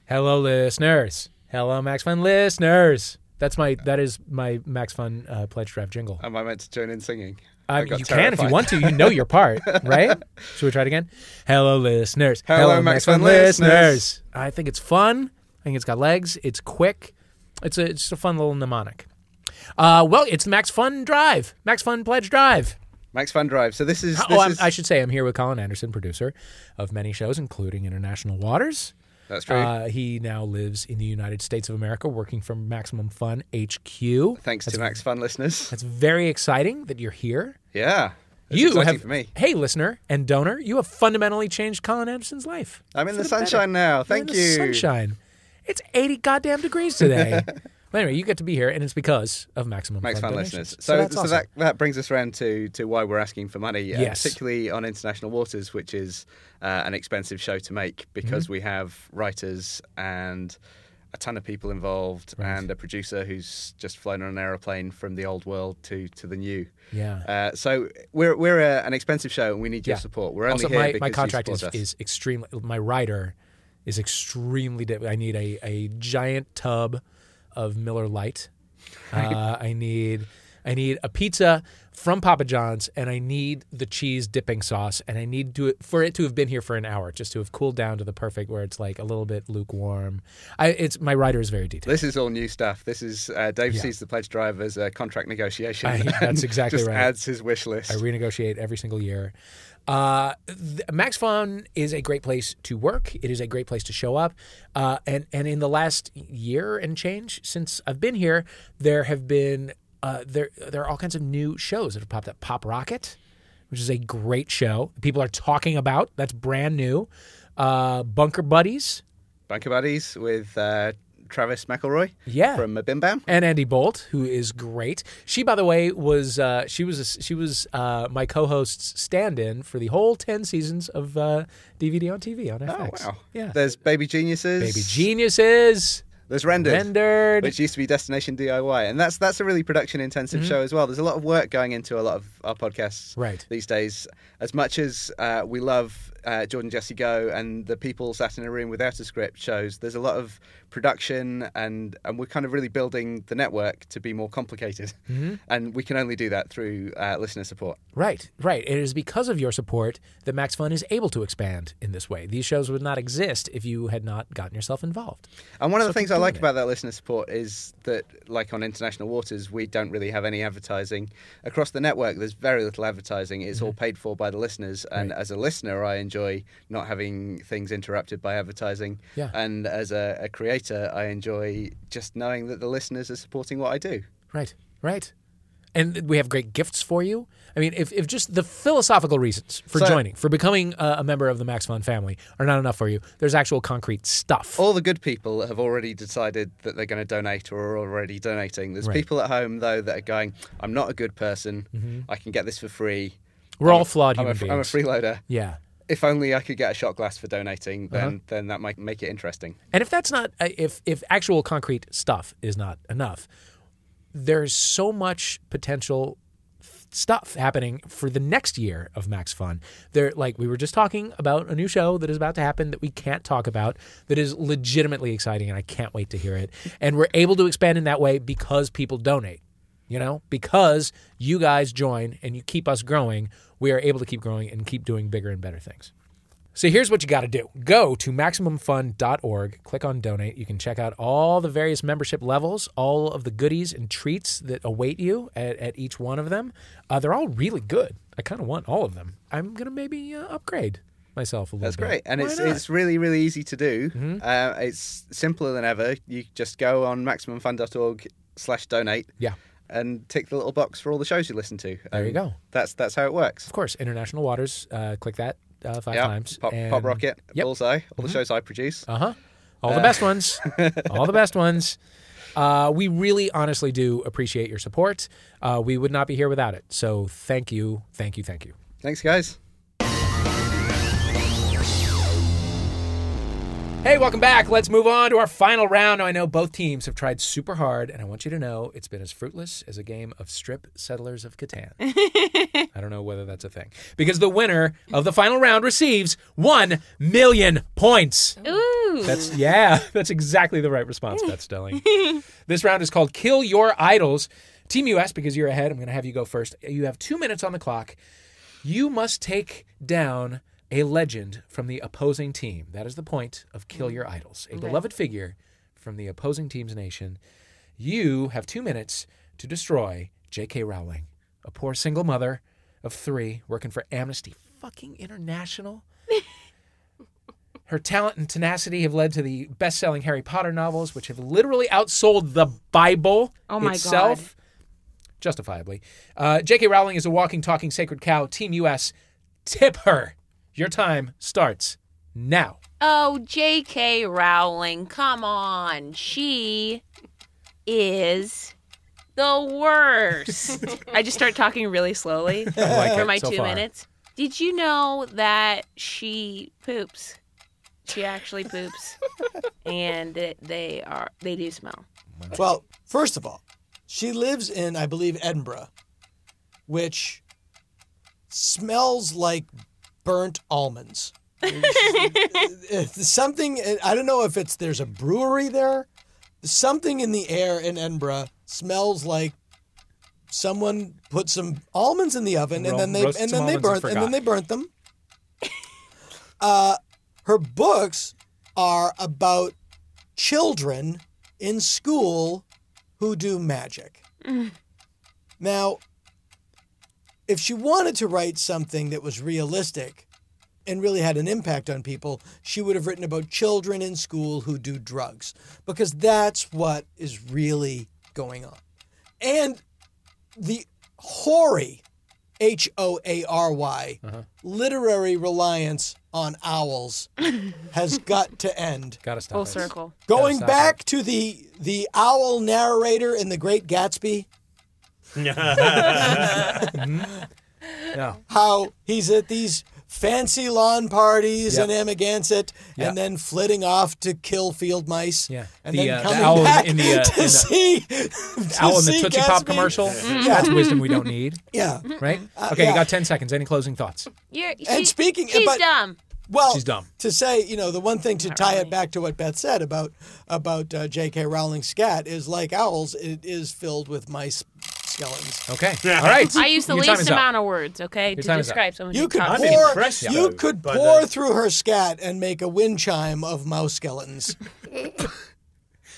Speaker 1: Hello, listeners. Hello, Max Fun listeners. That's my that is my Max Fun uh, pledge drive jingle.
Speaker 9: Am I meant to join in singing?
Speaker 1: I mean,
Speaker 9: got
Speaker 1: Um, you can if you
Speaker 9: terrified.
Speaker 1: want to. You know your part, right? Should we try it again? Hello, listeners.
Speaker 9: Hello, Max Fun listeners.
Speaker 1: I think it's fun. I think it's got legs. It's quick. It's a, it's a fun little mnemonic. Uh, well, it's the Max Fun Drive. Max Fun Pledge Drive.
Speaker 9: Max Fun Drive. So this is. This
Speaker 1: oh, I'm,
Speaker 9: is
Speaker 1: I should say I'm here with Colin Anderson, producer of many shows, including International Waters.
Speaker 9: that's true.
Speaker 1: Uh, he now lives in the United States of America, working for Maximum Fun HQ.
Speaker 9: Thanks to Max Fun listeners.
Speaker 1: That's very exciting that you're here.
Speaker 9: Yeah. It's
Speaker 1: you
Speaker 9: exciting
Speaker 1: have
Speaker 9: for me.
Speaker 1: Hey, listener and donor, you have fundamentally changed Colin Anderson's life.
Speaker 9: I'm in
Speaker 1: For
Speaker 9: the
Speaker 1: better.
Speaker 9: sunshine now. Thank
Speaker 1: You're in the
Speaker 9: you.
Speaker 1: sunshine. It's 80 goddamn degrees today. well, anyway, you get to be here, and it's because of Maximum
Speaker 9: Max
Speaker 1: Fun
Speaker 9: Fun
Speaker 1: donations.
Speaker 9: listeners.
Speaker 1: So,
Speaker 9: So, so,
Speaker 1: that's awesome.
Speaker 9: that, that brings us round to, to why we're asking for money, uh,
Speaker 1: Yes.
Speaker 9: particularly on International Waters, which is uh, an expensive show to make because
Speaker 1: Mm-hmm.
Speaker 9: we have writers and a ton of people involved and a producer who's just flown on an aeroplane from the old world to, to the new.
Speaker 1: Yeah.
Speaker 9: Uh, so we're, we're a, an expensive show and we need your
Speaker 1: Yeah.
Speaker 9: support. We're only
Speaker 1: also,
Speaker 9: here
Speaker 1: my,
Speaker 9: because
Speaker 1: my
Speaker 9: you
Speaker 1: contract is,
Speaker 9: support us.
Speaker 1: is extremely. My rider is extremely. Di- I need a, a giant tub of Miller Lite. Uh, I need I need a pizza from Papa John's, and I need the cheese dipping sauce, and I need to for it to have been here for an hour, just to have cooled down to the perfect where it's like a little bit lukewarm. I it's my rider is very detailed.
Speaker 9: This is all new stuff. This is uh, Dave sees the pledge drive as a contract negotiation.
Speaker 1: I-
Speaker 9: and
Speaker 1: that's exactly
Speaker 9: just
Speaker 1: right.
Speaker 9: Adds his wish list.
Speaker 1: I renegotiate every single year. Uh, th- Max Fun is a great place to work. It is a great place to show up. Uh, and and in the last year and change since I've been here, there have been uh, there there are all kinds of new shows that have popped up. Pop Rocket, which is a great show. People are talking about that's brand new. Uh, Bunker Buddies
Speaker 9: Bunker Buddies with uh, Travis McElroy
Speaker 1: Yeah.
Speaker 9: from Bim Bam.
Speaker 1: and Andy Bolt, who is great. She, by the way, was uh, she was she was uh, my co-host's stand-in for the whole ten seasons of uh, DVD on TV on
Speaker 9: Oh,
Speaker 1: FX.
Speaker 9: wow.
Speaker 1: Yeah,
Speaker 9: There's Baby Geniuses.
Speaker 1: Baby Geniuses.
Speaker 9: There's Rendered.
Speaker 1: Rendered.
Speaker 9: Which used to be Destination DIY. And that's that's a really production intensive show as well. There's a lot of work going into a lot of our podcasts
Speaker 1: Mm-hmm. Right.
Speaker 9: these days. As much as uh, we love uh, Jordan Jesse Go and the people sat in a room without a script shows, there's a lot of production and, and we're kind of really building the network to be more complicated.
Speaker 1: Mm-hmm.
Speaker 9: And we can only do that through uh, listener support.
Speaker 1: Right, right. It is because of your support that Max Fun is able to expand in this way. These shows would not exist if you had not gotten yourself involved.
Speaker 9: And one of the things I
Speaker 1: doing
Speaker 9: like
Speaker 1: it.
Speaker 9: about that listener support is that, like on international waters, we don't really have any advertising across the network. There's very little advertising. It's
Speaker 1: Mm-hmm.
Speaker 9: all paid for by the listeners. And as a listener, I enjoy not having things interrupted by advertising.
Speaker 1: Yeah.
Speaker 9: And as a, a creator, I enjoy just knowing that the listeners are supporting what I do.
Speaker 1: Right, right. And we have great gifts for you. I mean, if, if just the philosophical reasons for
Speaker 9: So-
Speaker 1: joining, for becoming a, a member of the Max Fun family are not enough for you, there's actual concrete stuff.
Speaker 9: All the good people have already decided that they're going to donate or are already donating. There's
Speaker 1: Right.
Speaker 9: people at home though that are going, "I'm not a good person.
Speaker 1: Mm-hmm.
Speaker 9: I can get this for free."
Speaker 1: We're
Speaker 9: I'm
Speaker 1: all
Speaker 9: a-
Speaker 1: flawed
Speaker 9: I'm a
Speaker 1: human
Speaker 9: fr- I'm a
Speaker 1: beings.
Speaker 9: freeloader.
Speaker 1: Yeah.
Speaker 9: if only I could get a shot glass for donating, then
Speaker 1: Uh-huh.
Speaker 9: then that might make it interesting.
Speaker 1: And if that's not uh, if if actual concrete stuff is not enough, there's so much potential stuff happening for the next year of Max Fun. There like we were just talking about a new show that is about to happen that we can't talk about that is legitimately exciting and I can't wait to hear it. And we're able to expand in that way because people donate. You you know, because you guys join and you keep us growing, we are able to keep growing and keep doing bigger and better things. So here's what you got to do. Go to MaximumFun.org, click on donate. You can check out all the various membership levels, all of the goodies and treats that await you at, at each one of them. Uh, they're all really good. I kind of want all of them. I'm going to maybe uh, upgrade myself a little
Speaker 9: That's
Speaker 1: bit.
Speaker 9: great, and
Speaker 1: Why
Speaker 9: it's
Speaker 1: not? Mm-hmm.
Speaker 9: it's really really easy to do. Uh, it's simpler than ever. You just go on maximumfun.org/donate.
Speaker 1: Yeah.
Speaker 9: And tick the little box for all the shows you listen to.
Speaker 1: There you
Speaker 9: And
Speaker 1: go.
Speaker 9: That's that's how it works.
Speaker 1: Of course, International Waters. Uh, click that uh, five
Speaker 9: Yeah.
Speaker 1: times.
Speaker 9: Pop,
Speaker 1: and-
Speaker 9: Pop Rocket,
Speaker 1: Yep.
Speaker 9: Bullseye, all the shows I produce.
Speaker 1: Uh huh. All the best ones. All the best ones. Uh, we really honestly do appreciate your support. Uh, we would not be here without it. So thank you, thank you, thank you.
Speaker 9: Thanks, guys.
Speaker 1: Hey, welcome back. Let's move on to our final round. Now, I know both teams have tried super hard, and I want you to know it's been as fruitless as a game of Strip Settlers of Catan. I don't know whether that's a thing. Because the winner of the final round receives 1 million points.
Speaker 5: Ooh.
Speaker 1: That's yeah, that's exactly the right response, Beth Stelling. this round is called Kill Your Idols. Team US, because you're ahead, I'm gonna have you go first. You have two minutes on the clock. You must take down a legend from the opposing team. That is the point of Kill Your Idols. A beloved figure from the opposing team's nation. You have two minutes to destroy J.K. Rowling, a poor single mother of three working for Amnesty fucking International. Her talent and tenacity have led to the best selling Harry Potter novels, which have literally outsold the Bible
Speaker 5: Oh my
Speaker 1: itself. Justifiably. Uh, J.K. Rowling is a walking, talking sacred cow. Team US, tip her. Your time starts now.
Speaker 5: Oh, J.K. Rowling, come on. She is the worst. I just start talking really slowly
Speaker 1: like
Speaker 5: for
Speaker 1: it
Speaker 5: my
Speaker 1: so
Speaker 5: two
Speaker 1: far.
Speaker 5: minutes. Did you know that she poops? She actually poops, and it- they are they do smell.
Speaker 4: Well, first of all, she lives in, I believe, Edinburgh, which smells like burnt almonds. It's something I don't know if it's there's a brewery there. Something in the air in Edinburgh smells like someone put some almonds in the oven
Speaker 1: Ro-
Speaker 4: and then they
Speaker 1: roasted
Speaker 4: and
Speaker 1: some
Speaker 4: then they
Speaker 1: almonds and
Speaker 4: burnt and
Speaker 1: forgot.
Speaker 4: then they burnt them. uh, her books are about children in school who do magic. Now, if she wanted to write something that was realistic and really had an impact on people, she would have written about children in school who do drugs because that's what is really going on. And the hoary, H O A R Y, literary reliance on owls has got to end.
Speaker 1: Gotta stop
Speaker 5: Full
Speaker 1: it.
Speaker 5: circle.
Speaker 4: Going
Speaker 1: stop
Speaker 4: back to the the owl narrator in The Great Gatsby,
Speaker 1: No.
Speaker 4: how he's at these fancy lawn parties
Speaker 1: Yep.
Speaker 4: in Amagansett
Speaker 1: Yeah.
Speaker 4: and then flitting off to kill field mice.
Speaker 1: Yeah.
Speaker 4: And
Speaker 1: The,
Speaker 4: then
Speaker 1: uh, the
Speaker 4: coming
Speaker 1: owl in-
Speaker 4: back
Speaker 1: in the, uh,
Speaker 4: to
Speaker 1: in the-
Speaker 4: see to
Speaker 1: Owl in the
Speaker 4: see
Speaker 1: Tootsie Pop
Speaker 4: Gatsby.
Speaker 1: commercial.
Speaker 4: Yeah.
Speaker 1: That's wisdom we don't need,
Speaker 4: Yeah.
Speaker 1: right? Okay, you
Speaker 4: yeah.
Speaker 1: got 10 seconds. Any closing thoughts?
Speaker 5: You're,
Speaker 4: And
Speaker 5: she-
Speaker 4: speaking-
Speaker 5: she's
Speaker 4: but-
Speaker 5: dumb.
Speaker 4: Well,
Speaker 1: She's dumb.
Speaker 4: To say, you know, the one thing to tie it back to what Beth said about about uh, J.K. Rowling's scat is like owls, it is filled with mice skeletons.
Speaker 1: Okay. All right.
Speaker 5: I use the
Speaker 1: Your time
Speaker 5: least
Speaker 1: is up.
Speaker 5: amount of words, okay,
Speaker 1: time
Speaker 5: to
Speaker 1: is up.
Speaker 5: describe someone.
Speaker 4: You
Speaker 5: who
Speaker 4: could
Speaker 3: I'm
Speaker 5: talks.
Speaker 4: pour,
Speaker 3: impressed,
Speaker 4: you
Speaker 3: though, uh,
Speaker 4: could
Speaker 3: by
Speaker 4: pour
Speaker 3: the-
Speaker 4: through her scat and make a wind chime of mouse skeletons.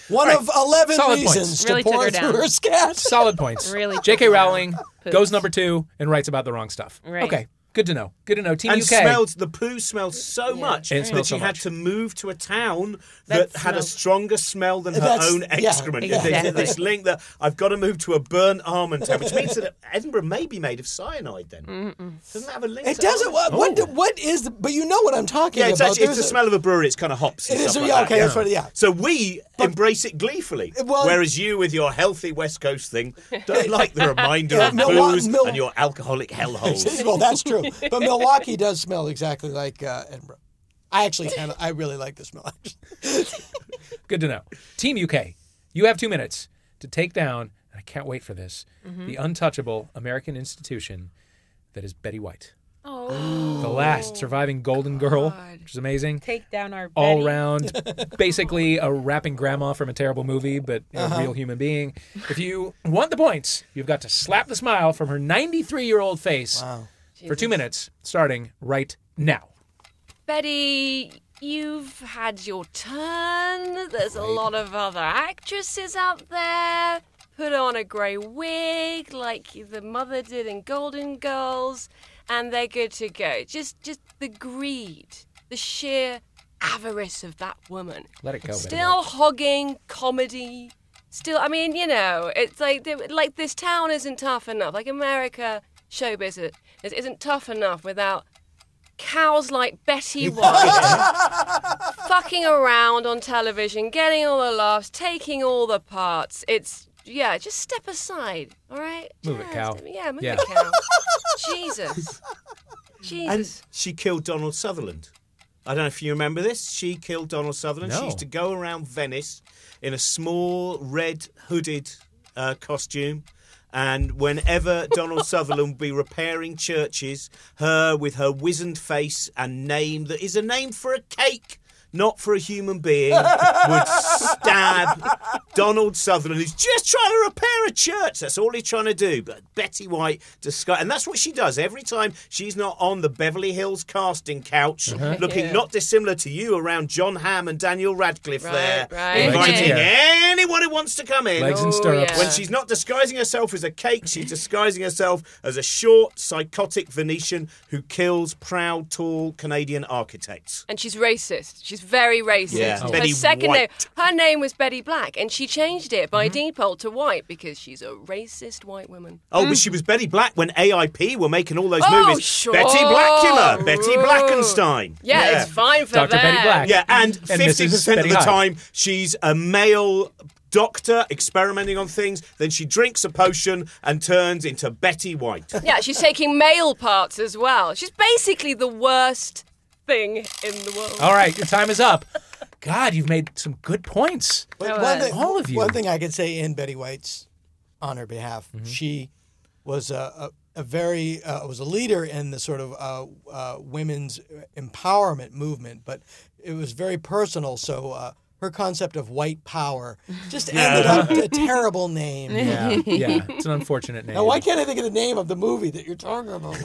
Speaker 4: One of eleven
Speaker 1: Solid
Speaker 4: reasons
Speaker 1: points.
Speaker 4: to
Speaker 5: Really took
Speaker 4: pour
Speaker 5: her
Speaker 4: through
Speaker 5: down.
Speaker 4: her scat.
Speaker 1: Solid points.
Speaker 5: Really
Speaker 1: J.K.
Speaker 5: poops.
Speaker 1: Rowling
Speaker 5: Poops.
Speaker 1: goes number two and writes about the wrong stuff.
Speaker 5: Right.
Speaker 1: Okay. Good to know. Good to know. Team
Speaker 3: and
Speaker 1: UK.
Speaker 3: smelled the poo smelled so much
Speaker 1: It
Speaker 3: that
Speaker 1: smelled
Speaker 3: she
Speaker 1: so
Speaker 3: had
Speaker 1: much.
Speaker 3: to move to a town that,
Speaker 5: That
Speaker 3: had a
Speaker 5: smells-
Speaker 3: stronger smell than her
Speaker 4: Uh, That's-
Speaker 3: own
Speaker 4: yeah,
Speaker 3: excrement. They did
Speaker 5: exactly.
Speaker 3: This link that I've got to move to a burnt almond town, which means that Edinburgh may be made of cyanide. Then doesn't that have a link?
Speaker 4: It
Speaker 3: to
Speaker 4: doesn't. What,
Speaker 3: almonds?
Speaker 4: what, what is? The, but you know what I'm talking
Speaker 3: Oh. Yeah, it's
Speaker 4: about.
Speaker 3: actually it's
Speaker 4: There's
Speaker 3: the
Speaker 4: a-
Speaker 3: smell of a brewery. It's kind of hops. And
Speaker 4: It is-
Speaker 3: stuff like
Speaker 4: yeah,
Speaker 3: that.
Speaker 4: okay, that's what- yeah.
Speaker 3: So we embrace it gleefully,
Speaker 4: Well-
Speaker 3: whereas you, with your healthy West Coast thing, don't like the reminder of
Speaker 4: Milwa-
Speaker 3: booze
Speaker 4: Mil-
Speaker 3: and your alcoholic hellholes.
Speaker 4: well, that's true. But Milwaukee does smell exactly like uh, Edinburgh. I actually kind of, I really like the smell.
Speaker 1: Good to know. Team UK, you have two minutes to take down, and I
Speaker 5: Mm-hmm.
Speaker 1: can't wait for this, the untouchable American institution that is Betty White.
Speaker 5: Oh,
Speaker 1: the last surviving Golden Girl, which is amazing.
Speaker 5: Take down our
Speaker 1: all
Speaker 5: Betty.
Speaker 1: round, basically a rapping grandma from a terrible movie, but a
Speaker 5: Uh-huh.
Speaker 1: real human being. If you want the points, you've got to slap the smile from her 93 year old face for two minutes, starting right now.
Speaker 2: Betty, you've had your turn. There's a lot of other actresses out there. Put on a grey wig like the mother did in Golden Girls, and they're good to go. Just, just the greed, the sheer avarice of that woman.
Speaker 1: Let it go. Betty.
Speaker 2: Still hogging comedy. Still, I mean, you know, it's like they- like this town isn't tough enough. Like America showbiz is- is- isn't tough enough without cows like Betty White fucking around on television, getting all the laughs, taking all the parts. It's yeah, just step aside, all right?
Speaker 1: Move it,
Speaker 2: yeah,
Speaker 1: cow.
Speaker 2: step- Yeah, move
Speaker 1: Yeah.
Speaker 2: it, cow. Jesus, Jesus.
Speaker 3: And she killed Donald Sutherland. I don't know if you remember this. She killed Donald Sutherland.
Speaker 1: No.
Speaker 3: She used to go around Venice in a small red hooded uh, costume. And whenever Donald Sutherland would be repairing churches, her with her wizened face and name that is a name for a cake, not for a human being, would stab Donald Sutherland, who's just trying to repair a church. That's all he's trying to do. But Betty White, disgu- and that's what she does every time she's not on the Beverly Hills casting couch, looking not dissimilar to you around John Hamm and Daniel Radcliffe there,
Speaker 2: Right, right.
Speaker 1: Legs
Speaker 3: inviting
Speaker 1: in
Speaker 3: anyone who wants to come in.
Speaker 1: Legs and
Speaker 2: Oh,
Speaker 1: stirrups.
Speaker 2: yeah.
Speaker 3: When she's not disguising herself as a cake, she's disguising herself as a short, psychotic Venetian who kills proud, tall Canadian architects.
Speaker 2: and she's racist. She's very racist.
Speaker 3: Yeah.
Speaker 1: Oh.
Speaker 2: Her
Speaker 3: Betty
Speaker 2: second name,
Speaker 3: White.
Speaker 2: her name was Betty Black, and she changed it by
Speaker 1: Mm-hmm.
Speaker 2: default to white because she's a racist white woman.
Speaker 3: Oh,
Speaker 4: Hmm.
Speaker 3: but she was Betty Black when AIP were making all those
Speaker 2: Oh,
Speaker 3: movies.
Speaker 2: sure.
Speaker 3: Betty Blackkiller, Betty Blackenstein.
Speaker 2: Yeah, it's fine for
Speaker 1: Dr.
Speaker 2: them.
Speaker 1: Betty Black.
Speaker 3: Yeah, and
Speaker 1: And Mrs.
Speaker 3: fifty percent of
Speaker 1: Betty
Speaker 3: the
Speaker 1: Hyde.
Speaker 3: time she's a male doctor experimenting on things. Then she drinks a potion and turns into Betty White.
Speaker 2: Yeah, she's taking male parts as well. She's basically the worst thing in the world.
Speaker 3: Oh.
Speaker 1: All right, your time is up. God, you've made some good points.
Speaker 4: But one thing,
Speaker 1: All of you.
Speaker 4: One thing I could say in Betty White's on her behalf,
Speaker 1: Mm-hmm.
Speaker 4: she was a, a, a very uh, was a leader in the sort of uh, uh, women's empowerment movement, but it was very personal. So uh, her concept of white power just ended up a terrible name.
Speaker 1: Yeah, yeah, it's an unfortunate name.
Speaker 4: Now, why can't I think of the name of the movie that you're talking about?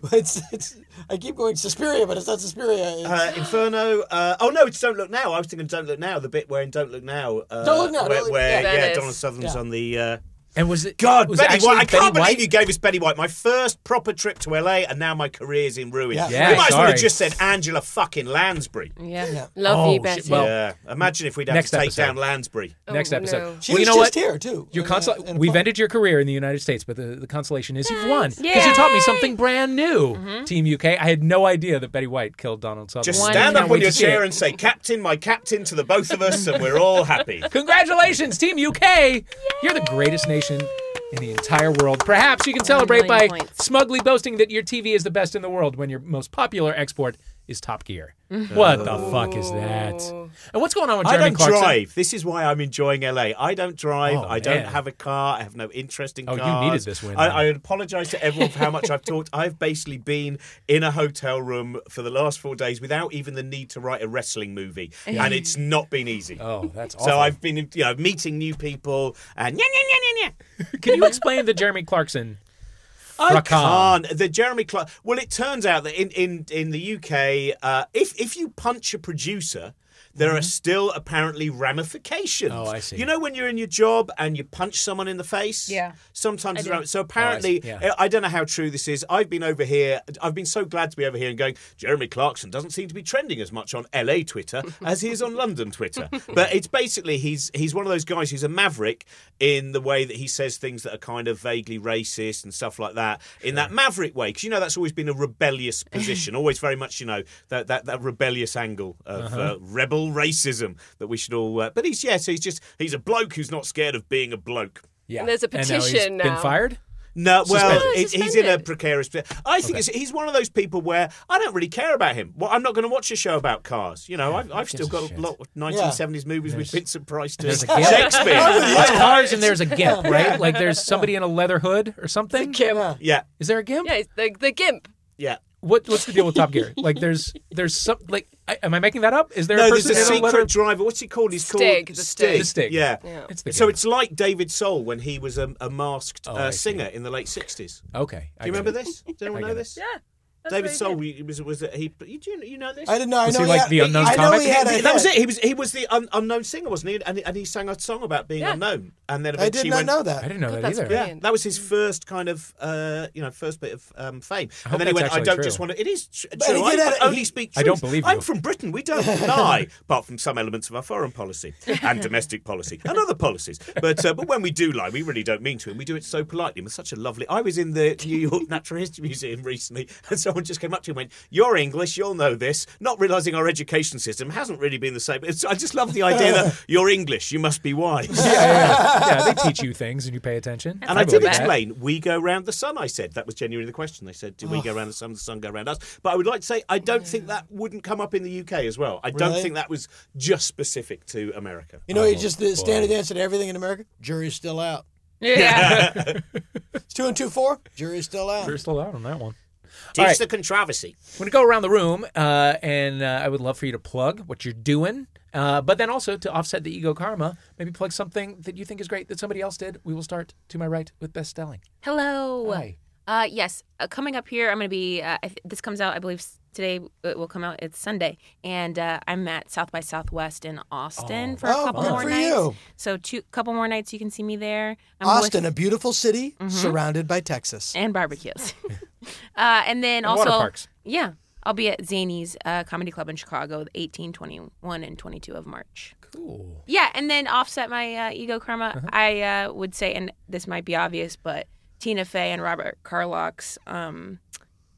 Speaker 4: It's, it's, I keep going Suspiria, but it's not Suspiria. It's,
Speaker 3: Uh, Inferno. Uh, oh no, it's Don't Look Now. I was thinking Don't Look Now. The bit where in Don't Look Now. Uh,
Speaker 4: Don't Look Now,
Speaker 3: Where,
Speaker 4: Don't Look-
Speaker 3: where
Speaker 2: yeah.
Speaker 3: yeah,
Speaker 2: Venice.
Speaker 3: Donald Sutherland's
Speaker 4: Yeah.
Speaker 3: on the. Uh,
Speaker 1: And was it
Speaker 3: God,
Speaker 1: Was it
Speaker 3: Betty
Speaker 1: actually
Speaker 3: White. I can't
Speaker 1: Betty
Speaker 3: believe
Speaker 1: White?
Speaker 3: you gave us Betty White. My first proper trip to LA, and now my career's in ruin.
Speaker 4: Yeah.
Speaker 1: Yeah,
Speaker 3: you might as well
Speaker 1: sorry.
Speaker 3: have just said Angela fucking Lansbury.
Speaker 5: Yeah.
Speaker 2: Love
Speaker 1: Oh,
Speaker 2: you,
Speaker 1: shit,
Speaker 2: Betty.
Speaker 1: well-
Speaker 3: yeah. Imagine if we'd had
Speaker 1: Next
Speaker 3: to take
Speaker 1: episode.
Speaker 3: down Lansbury.
Speaker 1: Next
Speaker 2: Oh,
Speaker 1: episode.
Speaker 2: no.
Speaker 4: she
Speaker 1: well,
Speaker 4: was
Speaker 1: you know
Speaker 4: just
Speaker 1: what?
Speaker 4: here too.
Speaker 1: Your
Speaker 4: in a-
Speaker 1: consola-
Speaker 4: in a
Speaker 1: We've
Speaker 4: pub.
Speaker 1: ended your career in the United States, but the, the consolation is you've won because you taught me something brand new. Team UK, I had no idea that Betty White killed Donald Sutherland.
Speaker 3: Just
Speaker 5: One
Speaker 3: stand
Speaker 1: Can't
Speaker 3: up
Speaker 1: wait
Speaker 3: on your
Speaker 1: to see
Speaker 3: chair
Speaker 1: it.
Speaker 3: and say, Captain, my captain, to the both of us, and we're all happy.
Speaker 1: Congratulations, Team UK! You're the greatest nation in the entire world. Perhaps you can celebrate by
Speaker 5: million points.
Speaker 1: smugly boasting that your TV is the best in the world when your most popular export is Top Gear. What the fuck is that? And what's going on with
Speaker 3: I
Speaker 1: Jeremy
Speaker 3: don't
Speaker 1: Clarkson?
Speaker 3: drive. This is why I'm enjoying LA. I don't drive.
Speaker 1: Oh,
Speaker 3: I don't
Speaker 1: man.
Speaker 3: have a car. I have no interest in
Speaker 1: Oh, you
Speaker 3: cars.
Speaker 1: needed this win,
Speaker 3: I,
Speaker 1: man.
Speaker 3: I apologize to everyone for how much I've talked. I've basically been in a hotel room for the last four days without even the need to write a wrestling movie, and it's not been easy.
Speaker 1: Oh, that's awful.
Speaker 3: So I've been, you know, meeting new people and yeah, yeah, yeah, yeah, yeah.
Speaker 1: Can you explain the Jeremy Clarkson?
Speaker 3: I
Speaker 1: Rakan.
Speaker 3: can't. The Jeremy Clark. Well, it turns out that in in in the UK, uh, if if you punch a producer. There are still apparently ramifications.
Speaker 1: Mm-hmm. Oh, I see.
Speaker 3: You know when you're in your job and you punch someone in the face.
Speaker 5: Yeah.
Speaker 3: Sometimes it's
Speaker 5: do.
Speaker 3: ram- so apparently
Speaker 1: Oh, I see. Yeah.
Speaker 3: I I don't know how true this is. I've been over here. I've been so glad to be over here and going. Jeremy Clarkson doesn't seem to be trending as much on LA Twitter as he is on London Twitter. But it's basically he's he's one of those guys who's a maverick in the way that he says things that are kind of vaguely racist and stuff like that. In that maverick way, because you know that's always been a rebellious position, always very much you know that that, that rebellious angle of uh, rebel racism that we should all. Uh, but he's yeah, so he's just he's a bloke who's not scared of being a bloke.
Speaker 1: Yeah.
Speaker 2: And there's a petition
Speaker 1: and now. He's
Speaker 2: now.
Speaker 1: been fired?
Speaker 3: No, well,
Speaker 1: Suspended.
Speaker 2: Oh,
Speaker 3: it, he's in a
Speaker 2: suspended.
Speaker 3: precarious. posi- I think it's, he's one of those people where I don't really care about him. Well, I'm not going to watch a show about cars. You know, I've, I've still
Speaker 1: gives a
Speaker 3: got a
Speaker 1: shit?
Speaker 3: lot of 1970s movies with Vincent Price doing
Speaker 1: There's a gimp.
Speaker 3: Shakespeare.
Speaker 1: There's
Speaker 3: I-
Speaker 1: cars and there's a gimp, right? Like there's somebody in a leather hood or something.
Speaker 4: Yeah.
Speaker 3: yeah,
Speaker 1: Is there a gimp?
Speaker 2: Yeah, it's the, the gimp.
Speaker 3: yeah.
Speaker 1: what what's the deal with Top Gear? Like, there's there's some like, I, am I making that up? Is there
Speaker 3: No,
Speaker 1: a
Speaker 3: there's
Speaker 1: person
Speaker 3: a
Speaker 1: in letter-
Speaker 3: secret driver. What's he called? He's
Speaker 2: Stig,
Speaker 3: called
Speaker 2: the Stig.
Speaker 1: The Stig.
Speaker 3: Yeah.
Speaker 2: Yeah.
Speaker 1: It's the
Speaker 3: so
Speaker 1: guy.
Speaker 3: it's like David Soul when he was a, a masked
Speaker 1: Oh, I
Speaker 3: uh,
Speaker 1: see.
Speaker 3: singer in the late sixties. Do
Speaker 1: okay. I
Speaker 3: you
Speaker 1: get
Speaker 3: remember
Speaker 1: it.
Speaker 3: this? Does anyone
Speaker 1: I
Speaker 3: know
Speaker 1: get it.
Speaker 3: this? Yeah. David Soul he was was it, he? You, do you- you know this?
Speaker 4: I didn't know. I
Speaker 1: Was
Speaker 4: know
Speaker 1: he like
Speaker 4: had,
Speaker 1: the unknown
Speaker 4: I know
Speaker 1: comic?
Speaker 4: he had a
Speaker 3: that was
Speaker 4: hit.
Speaker 3: it. He was he was the un, unknown singer, wasn't he? And, and he sang a song about being
Speaker 2: Yeah.
Speaker 3: unknown. And then
Speaker 4: I
Speaker 3: eventually
Speaker 4: did
Speaker 3: went,
Speaker 4: not know
Speaker 1: I
Speaker 4: that.
Speaker 1: didn't know
Speaker 2: God,
Speaker 1: that
Speaker 2: that's
Speaker 1: either.
Speaker 2: brilliant.
Speaker 3: Yeah, that was his first kind of, uh, you know, first bit of um, fame.
Speaker 1: hope
Speaker 3: And then he
Speaker 1: that's
Speaker 3: went, I
Speaker 1: actually
Speaker 3: don't
Speaker 1: true.
Speaker 3: just want to. It is tr-
Speaker 4: But
Speaker 3: true.
Speaker 4: he
Speaker 3: I
Speaker 4: did have-
Speaker 3: only
Speaker 4: he-
Speaker 3: speak
Speaker 1: I
Speaker 3: truth.
Speaker 1: don't believe
Speaker 3: I'm
Speaker 1: you.
Speaker 3: from Britain. We don't lie, apart from some elements of our foreign policy and domestic policy and other policies. But uh, but when we do lie, we really don't mean to, and we do it so politely. and with such a lovely. I was in the New York Natural History Museum recently, and someone just came up to me and went, "You're English. You'll know this." Not realizing our education system hasn't really been the same. It's, I just love the idea that you're English. You must be wise.
Speaker 1: Yeah, yeah, yeah. Yeah, they teach you things and you pay attention.
Speaker 3: And I,
Speaker 1: believe
Speaker 3: did
Speaker 1: that.
Speaker 3: explain, we go round the sun, I said. That was genuinely the question. They said, do we
Speaker 4: Oh.
Speaker 3: go round the sun, the sun go round us? But I would like to say, I don't think that wouldn't come up in the UK as well. I don't
Speaker 4: Really?
Speaker 3: think that was just specific to America. Oh.
Speaker 4: You know, it's just the standard answer to everything in America. Jury's still out.
Speaker 5: Yeah.
Speaker 4: It's two and two four. Jury's still out.
Speaker 1: You're still out on that one.
Speaker 3: Teach
Speaker 1: right.
Speaker 3: the controversy.
Speaker 1: I'm going to go around the room, uh, and uh, I would love for you to plug what you're doing, uh, but then also to offset the ego karma, maybe plug something that you think is great that somebody else did. We will start to my right with best selling.
Speaker 5: Hello.
Speaker 1: Hi.
Speaker 5: Uh, yes, uh, coming up here, I'm going to be. Uh, I th- this comes out, I believe, s- today. uh, It will come out. It's Sunday, and uh, I'm at South by Southwest in Austin for a
Speaker 4: Oh,
Speaker 5: couple
Speaker 4: good
Speaker 5: more
Speaker 4: for
Speaker 5: nights.
Speaker 4: you.
Speaker 5: So, two couple more nights, you can see me there. I'm with- Mm-hmm.
Speaker 4: Austin, a beautiful city surrounded by Texas.
Speaker 5: and barbecues. uh, and
Speaker 1: And
Speaker 5: then also
Speaker 1: water parks.
Speaker 5: Yeah. I'll be at Zany's uh, Comedy Club in Chicago, 18, 21, and 22 of March.
Speaker 1: Cool.
Speaker 5: Yeah, and then offset my uh, ego karma.
Speaker 1: Uh-huh.
Speaker 5: I uh, would say, and this might be obvious, but Tina Fey and Robert Carlock's um,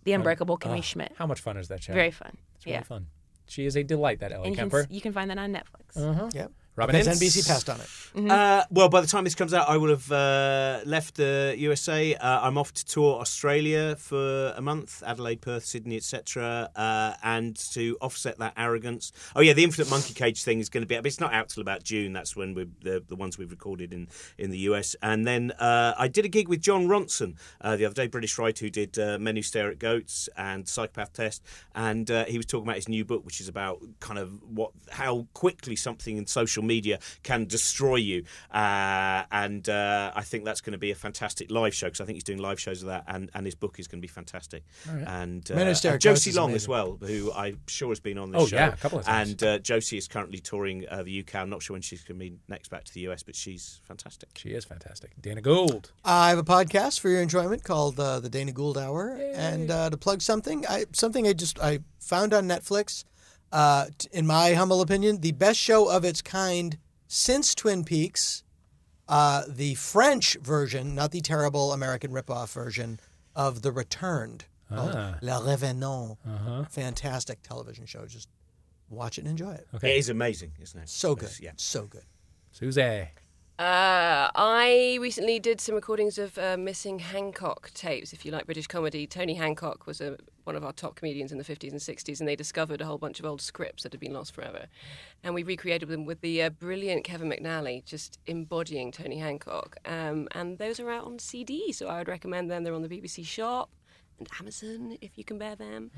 Speaker 5: The Unbreakable Kimmy Schmidt.
Speaker 1: Oh, How much fun is that show?
Speaker 5: Very fun.
Speaker 1: It's really
Speaker 5: yeah.
Speaker 1: fun. She is a delight, that Ellie
Speaker 5: And you
Speaker 1: Kemper. Uh-huh.
Speaker 5: can, s- you can find that on Netflix.
Speaker 4: Yep.
Speaker 1: Robin
Speaker 4: Because
Speaker 1: Ince.
Speaker 4: NBC passed on it.
Speaker 3: Uh, well, by the time this comes out, I will have uh, left the USA. Uh, I'm off to tour Australia for a month, Adelaide, Perth, Sydney, etc. Uh, and to offset that arrogance, oh yeah, the Infinite Monkey Cage thing is going to be. It's not out till about June. That's when we the the ones we've recorded in in the US. And then uh, I did a gig with John Ronson uh, the other day, British writer who did uh, Men Who Stare at Goats and Psychopath Test, and uh, he was talking about his new book, which is about kind of what how quickly something in social media can destroy you. Uh, and uh, I think that's going to be a fantastic live show because I think he's doing live shows of that, and, and his book is going to be fantastic. And, uh,
Speaker 4: Men Who Stare
Speaker 3: and
Speaker 4: at Goats
Speaker 3: Josie
Speaker 4: is
Speaker 3: Long
Speaker 4: amazing.
Speaker 3: as well, who I'm sure has been on this
Speaker 1: Oh,
Speaker 3: show.
Speaker 1: yeah, a couple of times.
Speaker 3: And uh, Josie is currently touring uh, the UK. I'm not sure when she's going to be next back to the US, but she's fantastic.
Speaker 1: She is fantastic. Dana Gould.
Speaker 4: I have a podcast for your enjoyment called uh, the Dana Gould Hour, and uh, to plug something, I something I just I found on Netflix. Uh, t- in my humble opinion, the best show of its kind since Twin Peaks. Uh, the French version, not the terrible American ripoff version of The Returned,
Speaker 1: Ah.
Speaker 4: called La Revenant.
Speaker 1: Uh-huh.
Speaker 4: Fantastic television show. Just watch it and enjoy it.
Speaker 1: Okay.
Speaker 3: It is amazing, isn't it?
Speaker 4: So good.
Speaker 3: It's- Yeah.
Speaker 4: So good.
Speaker 1: Susie.
Speaker 2: Uh, I recently did some recordings of uh, missing Hancock tapes. If you like British comedy, Tony Hancock was a, one of our top comedians in the 50s and 60s, and they discovered a whole bunch of old scripts that had been lost forever. And we recreated them with the uh, brilliant Kevin McNally, just embodying Tony Hancock. Um, and those are out on CD, so I would recommend them. They're on the BBC shop and Amazon if you can bear them.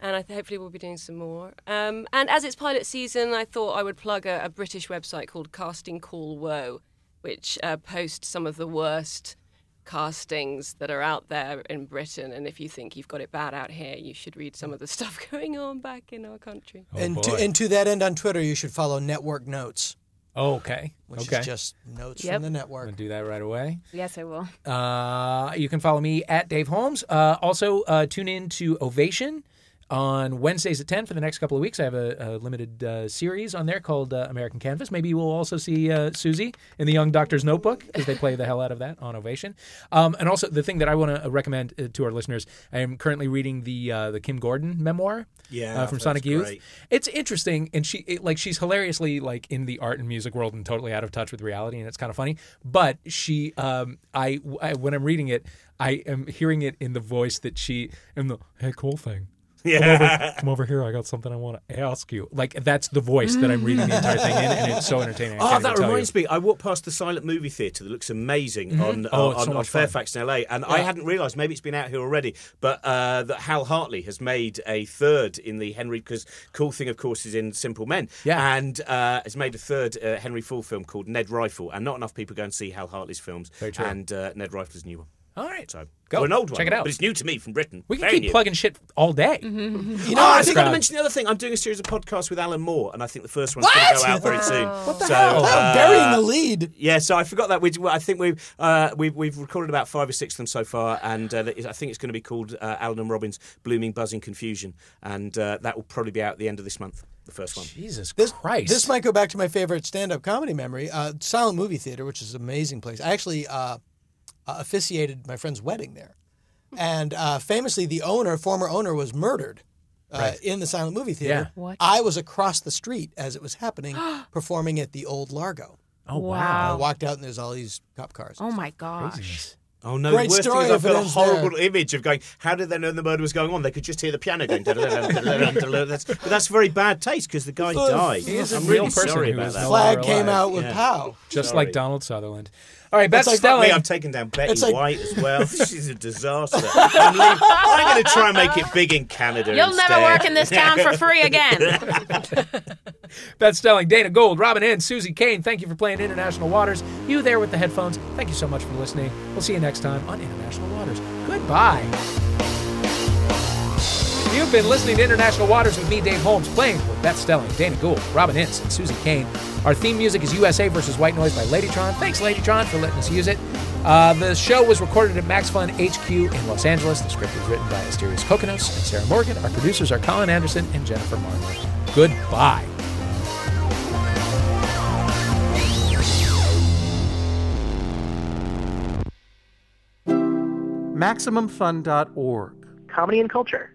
Speaker 2: And I th- hopefully we'll be doing some more. Um, and as it's pilot season, I thought I would plug a, a British website called Casting Call Woe, which uh, posts some of the worst castings that are out there in Britain. And if you think you've got it bad out here, you should read some of the stuff going on back in our country.
Speaker 1: Oh,
Speaker 4: and, to,
Speaker 1: boy.
Speaker 4: and to that end, on Twitter, you should follow Network Notes.
Speaker 1: Oh, okay.
Speaker 4: which
Speaker 1: okay.
Speaker 4: is just notes
Speaker 5: Yep.
Speaker 4: from the
Speaker 1: I'm
Speaker 4: network.
Speaker 1: going to do that right away.
Speaker 5: Yes, I will.
Speaker 1: Uh, you can follow me at Dave Holmes. Uh, also, uh, tune in to Ovation on Wednesdays at 10 for the next couple of weeks. I have a, a limited uh, series on there called uh, American Canvas. Maybe you will also see uh, Susie in The Young Doctor's Notebook because they play the hell out of that on Ovation. Um, and also, the thing that I want to recommend uh, to our listeners, I am currently reading the uh, the Kim Gordon memoir
Speaker 3: Yeah,
Speaker 1: uh, from
Speaker 3: that's
Speaker 1: Sonic Youth.
Speaker 3: great.
Speaker 1: It's interesting, and she it, like she's hilariously like in the art and music world and totally out of touch with reality, and it's kind of funny. But she, um, I, I- when I'm reading it, I am hearing it in the voice that she in the hey cool thing. Come over, come over here. I got something I want to ask you. Like that's the voice that I'm reading the entire thing in, and it's so entertaining. I
Speaker 3: Oh,
Speaker 1: can't
Speaker 3: that
Speaker 1: even tell you.
Speaker 3: reminds me. I walked past the silent movie theatre that looks amazing on,
Speaker 1: Oh,
Speaker 3: on,
Speaker 1: it's so
Speaker 3: on
Speaker 1: much fun.
Speaker 3: Fairfax in LA, and I hadn't realised maybe it's been out here already, but uh, that Hal Hartley has made a third in the Henry because Cool Thing, of course, is in Simple Men,
Speaker 1: Yeah.
Speaker 3: and uh, has made a third uh, Henry Full film called Ned Rifle, and not enough people go and see Hal Hartley's films,
Speaker 1: Very true.
Speaker 3: and uh, Ned Rifle's a new one.
Speaker 1: All right,
Speaker 3: So,
Speaker 1: go
Speaker 3: or an old one.
Speaker 1: Check it out.
Speaker 3: But it's new to me from Britain.
Speaker 1: we can
Speaker 3: Very
Speaker 1: keep
Speaker 3: new.
Speaker 1: plugging shit all day.
Speaker 4: Mm-hmm.
Speaker 3: You know, I
Speaker 1: it's
Speaker 3: think I
Speaker 1: proud.
Speaker 3: mentioned the other thing. I'm doing a series of podcasts with Alan Moore, and I think the first one's going to go out very soon. What the so,
Speaker 1: hell?
Speaker 4: Wow,
Speaker 3: uh,
Speaker 4: burying Oh, the lead.
Speaker 3: Yeah, so I forgot that. We, well, I think we've, uh, we've we've recorded about five or six of them so far, and uh, that is- I think it's going to be called uh, Alan and Robin's Blooming Buzzing Confusion, and uh, that will probably be out at the end of this month. The first one.
Speaker 1: Jesus
Speaker 4: This,
Speaker 1: Christ!
Speaker 4: this might go back to my favorite stand-up comedy memory, uh, Silent Movie Theater, which is an amazing place. I actually uh, uh, officiated my friend's wedding there,
Speaker 5: Hmm.
Speaker 4: and uh, famously, the owner, former owner, was murdered uh, in the Silent Movie Theater.
Speaker 5: What?
Speaker 4: I was across the street as it was happening, performing at the old Largo.
Speaker 1: oh
Speaker 4: I
Speaker 1: wow!
Speaker 4: walked out and there's all these cop cars.
Speaker 5: Oh my gosh.
Speaker 3: Oh no!
Speaker 4: Great
Speaker 3: the worst
Speaker 4: story
Speaker 3: thing is I've
Speaker 4: if
Speaker 3: got
Speaker 4: it
Speaker 3: a
Speaker 4: ends
Speaker 3: horrible image of going. How did they know the murder was going on? They could just hear the piano going. da-da-da-da, da-da-da-da-da. that's, but that's very bad taste because the guy died.
Speaker 1: he's a
Speaker 3: I'm
Speaker 1: real
Speaker 3: really
Speaker 1: person
Speaker 3: sorry
Speaker 1: who
Speaker 3: about
Speaker 1: is
Speaker 3: that.
Speaker 1: no
Speaker 4: Flag
Speaker 1: longer
Speaker 4: came
Speaker 1: alive.
Speaker 4: out with
Speaker 3: Yeah.
Speaker 4: pow.
Speaker 1: Just
Speaker 3: Sorry.
Speaker 1: like Donald Sutherland. All right, Beth
Speaker 4: like-
Speaker 3: Fuck
Speaker 1: Stelling.
Speaker 3: me, I've taken down Betty
Speaker 4: It's like-
Speaker 3: White as well. She's a disaster. I'm, leaving- I'm going to try and make it big in Canada.
Speaker 5: You'll never
Speaker 3: instead.
Speaker 5: work in this town for free again.
Speaker 1: Beth Stelling, Dana Gold, Robin N, Susie Kane, thank you for playing International Waters. You there with the headphones, thank you so much for listening. We'll see you next time on International Waters. Goodbye. You've been listening to International Waters with me, Dave Holmes, playing with Beth Stelling, Dana Gould, Robin Ince, and Susie Kane. Our theme music is USA versus White Noise by Ladytron. Thanks, Ladytron, for letting us use it. Uh, the show was recorded at Max Fun HQ in Los Angeles. The script was written by Asterios Kokonos and Sarah Morgan. Our producers are Colin Anderson and Jennifer Marler. Goodbye.
Speaker 10: MaximumFun.org.
Speaker 11: Comedy and culture.